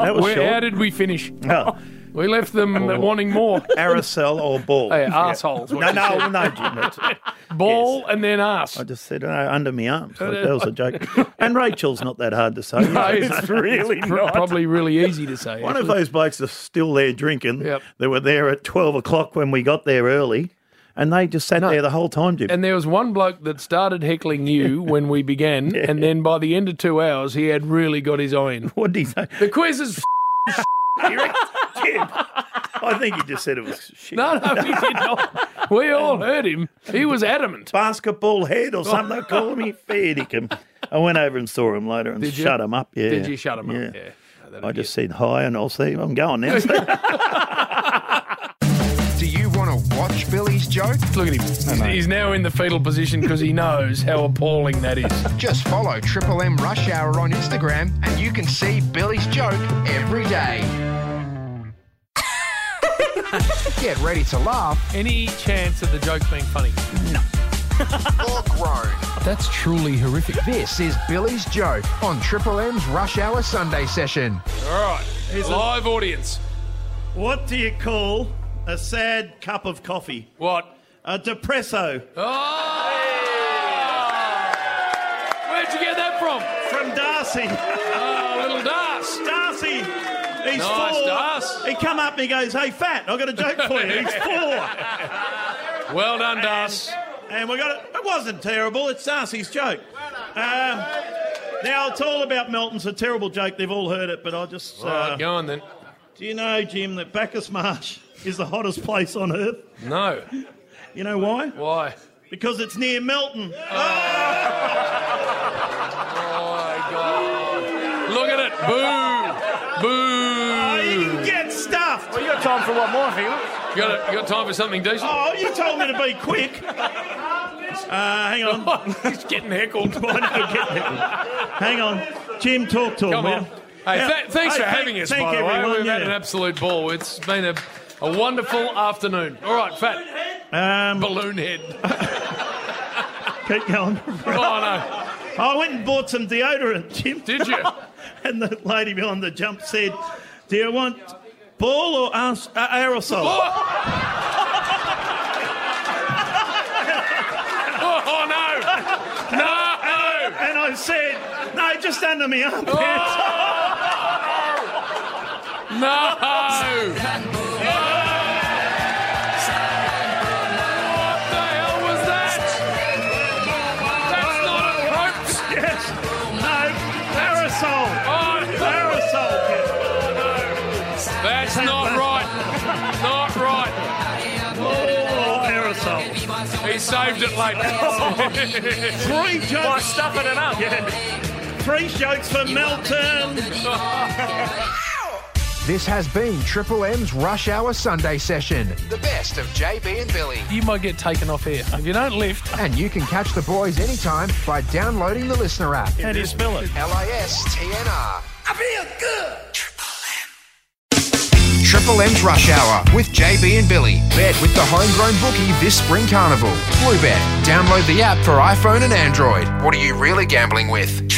Speaker 2: That was
Speaker 3: Where-
Speaker 2: short.
Speaker 3: How did we finish?
Speaker 2: Oh.
Speaker 3: We left them wanting more.
Speaker 2: Aerosol or ball?
Speaker 3: Hey,
Speaker 2: Yeah.
Speaker 3: arseholes.
Speaker 2: No, no, no, Jim. that's it.
Speaker 3: Ball and then ass.
Speaker 2: I just said uh, under my arms. Like, that was a joke. And Rachel's not that hard to say.
Speaker 3: No, it's
Speaker 2: really
Speaker 3: it's pr-
Speaker 2: not.
Speaker 3: Probably really easy to say.
Speaker 2: One of
Speaker 3: actually.
Speaker 2: those blokes that's still there drinking. They were there at twelve o'clock when we got there early, and they just sat there the whole time, Jim.
Speaker 3: And there was one bloke that started heckling you when we began, and then by the end of two hours, he had really got his eye in.
Speaker 2: What did he say?
Speaker 3: The quiz is f-
Speaker 2: I think he just said it was shit.
Speaker 3: no, no, he did not. We all heard him. He was adamant.
Speaker 2: Basketball head or something. They call me Fairdicum. I went over and saw him later and
Speaker 3: Did you?
Speaker 2: shut him up. Yeah,
Speaker 3: Did you shut him up? Yeah.
Speaker 2: I just said hi, and I'll see. I'm going now.
Speaker 1: Do you want to watch Billy's joke?
Speaker 3: Look at him. He's now in the fetal position because he knows how appalling that is.
Speaker 1: Just follow Triple M Rush Hour on Instagram and you can see Billy's joke every day. Get ready to laugh
Speaker 3: Any chance of the joke being funny? No.
Speaker 1: or groan. That's truly horrific. This is Billy's joke on Triple M's Rush Hour Sunday session.
Speaker 3: All right. Live audience.
Speaker 2: What do you call a sad cup of coffee?
Speaker 3: What? Ah!
Speaker 2: A depresso.
Speaker 3: Where'd you get that from?
Speaker 2: From Darcy.
Speaker 3: Oh, little Darcy.
Speaker 2: Darcy. He's
Speaker 3: Nice,
Speaker 2: four.
Speaker 3: Darcy.
Speaker 2: He come up and he goes, "Hey, fat! I got a joke for you." He's four,
Speaker 3: Well done, Das.
Speaker 2: and we got it. It wasn't terrible. It's Darcy's joke. Um, now it's all about Melton's a terrible joke. They've all heard it, but I just.
Speaker 3: All right,
Speaker 2: Uh,
Speaker 3: go on then.
Speaker 2: do you know, Jim, that Bacchus Marsh is the hottest place on earth?
Speaker 3: No.
Speaker 2: You know why?
Speaker 3: Why? Oh,
Speaker 2: Because it's near Melton.
Speaker 3: Look at it. Boo. Boo.
Speaker 2: Oh, You get stuffed.
Speaker 7: Well, you got time for one more, have you?
Speaker 3: You got, you got time for something decent?
Speaker 2: Oh, you told me to be quick. Uh, hang on.
Speaker 3: He's getting heckled.
Speaker 2: I know, get that. Hang on. Jim, talk to him.
Speaker 3: Come
Speaker 2: will
Speaker 3: on.
Speaker 2: you?
Speaker 3: Hey,
Speaker 2: Yeah.
Speaker 3: th- thanks
Speaker 2: Hey,
Speaker 3: for
Speaker 2: thank-
Speaker 3: having us,
Speaker 2: thank
Speaker 3: by the way.
Speaker 2: everyone,
Speaker 3: We've had
Speaker 2: yeah.
Speaker 3: an absolute ball. It's been a A wonderful afternoon. All right, fat.
Speaker 2: Um,
Speaker 3: Balloon head.
Speaker 2: Keep going. oh,
Speaker 3: no.
Speaker 2: I went and bought some deodorant, Jim.
Speaker 3: Did you?
Speaker 2: and the lady behind the jump said, Do you want ball or ans- uh, aerosol?
Speaker 3: Oh, no. No.
Speaker 2: And, I- and I said, No, just under me armpits.
Speaker 3: Oh. No.
Speaker 2: Yes. No. Aerosol. Aerosol.
Speaker 3: That's not right. Not right.
Speaker 2: Oh, aerosol.
Speaker 3: He saved it late.
Speaker 2: Three jokes. By stuffing it up. Yeah. Three jokes for Melton.
Speaker 1: This has been Triple M's Rush Hour Sunday session. The best of JB and Billy.
Speaker 3: You might get taken off here if you don't lift.
Speaker 1: And you can catch the boys anytime by downloading the listener app.
Speaker 2: How do you spell it?
Speaker 1: L I S T N R.
Speaker 5: I feel good.
Speaker 1: Triple M's Rush Hour with JB and Billy. Bet with the homegrown bookie this spring carnival. Bluebet. Download the app for iPhone and Android. What are you really gambling with?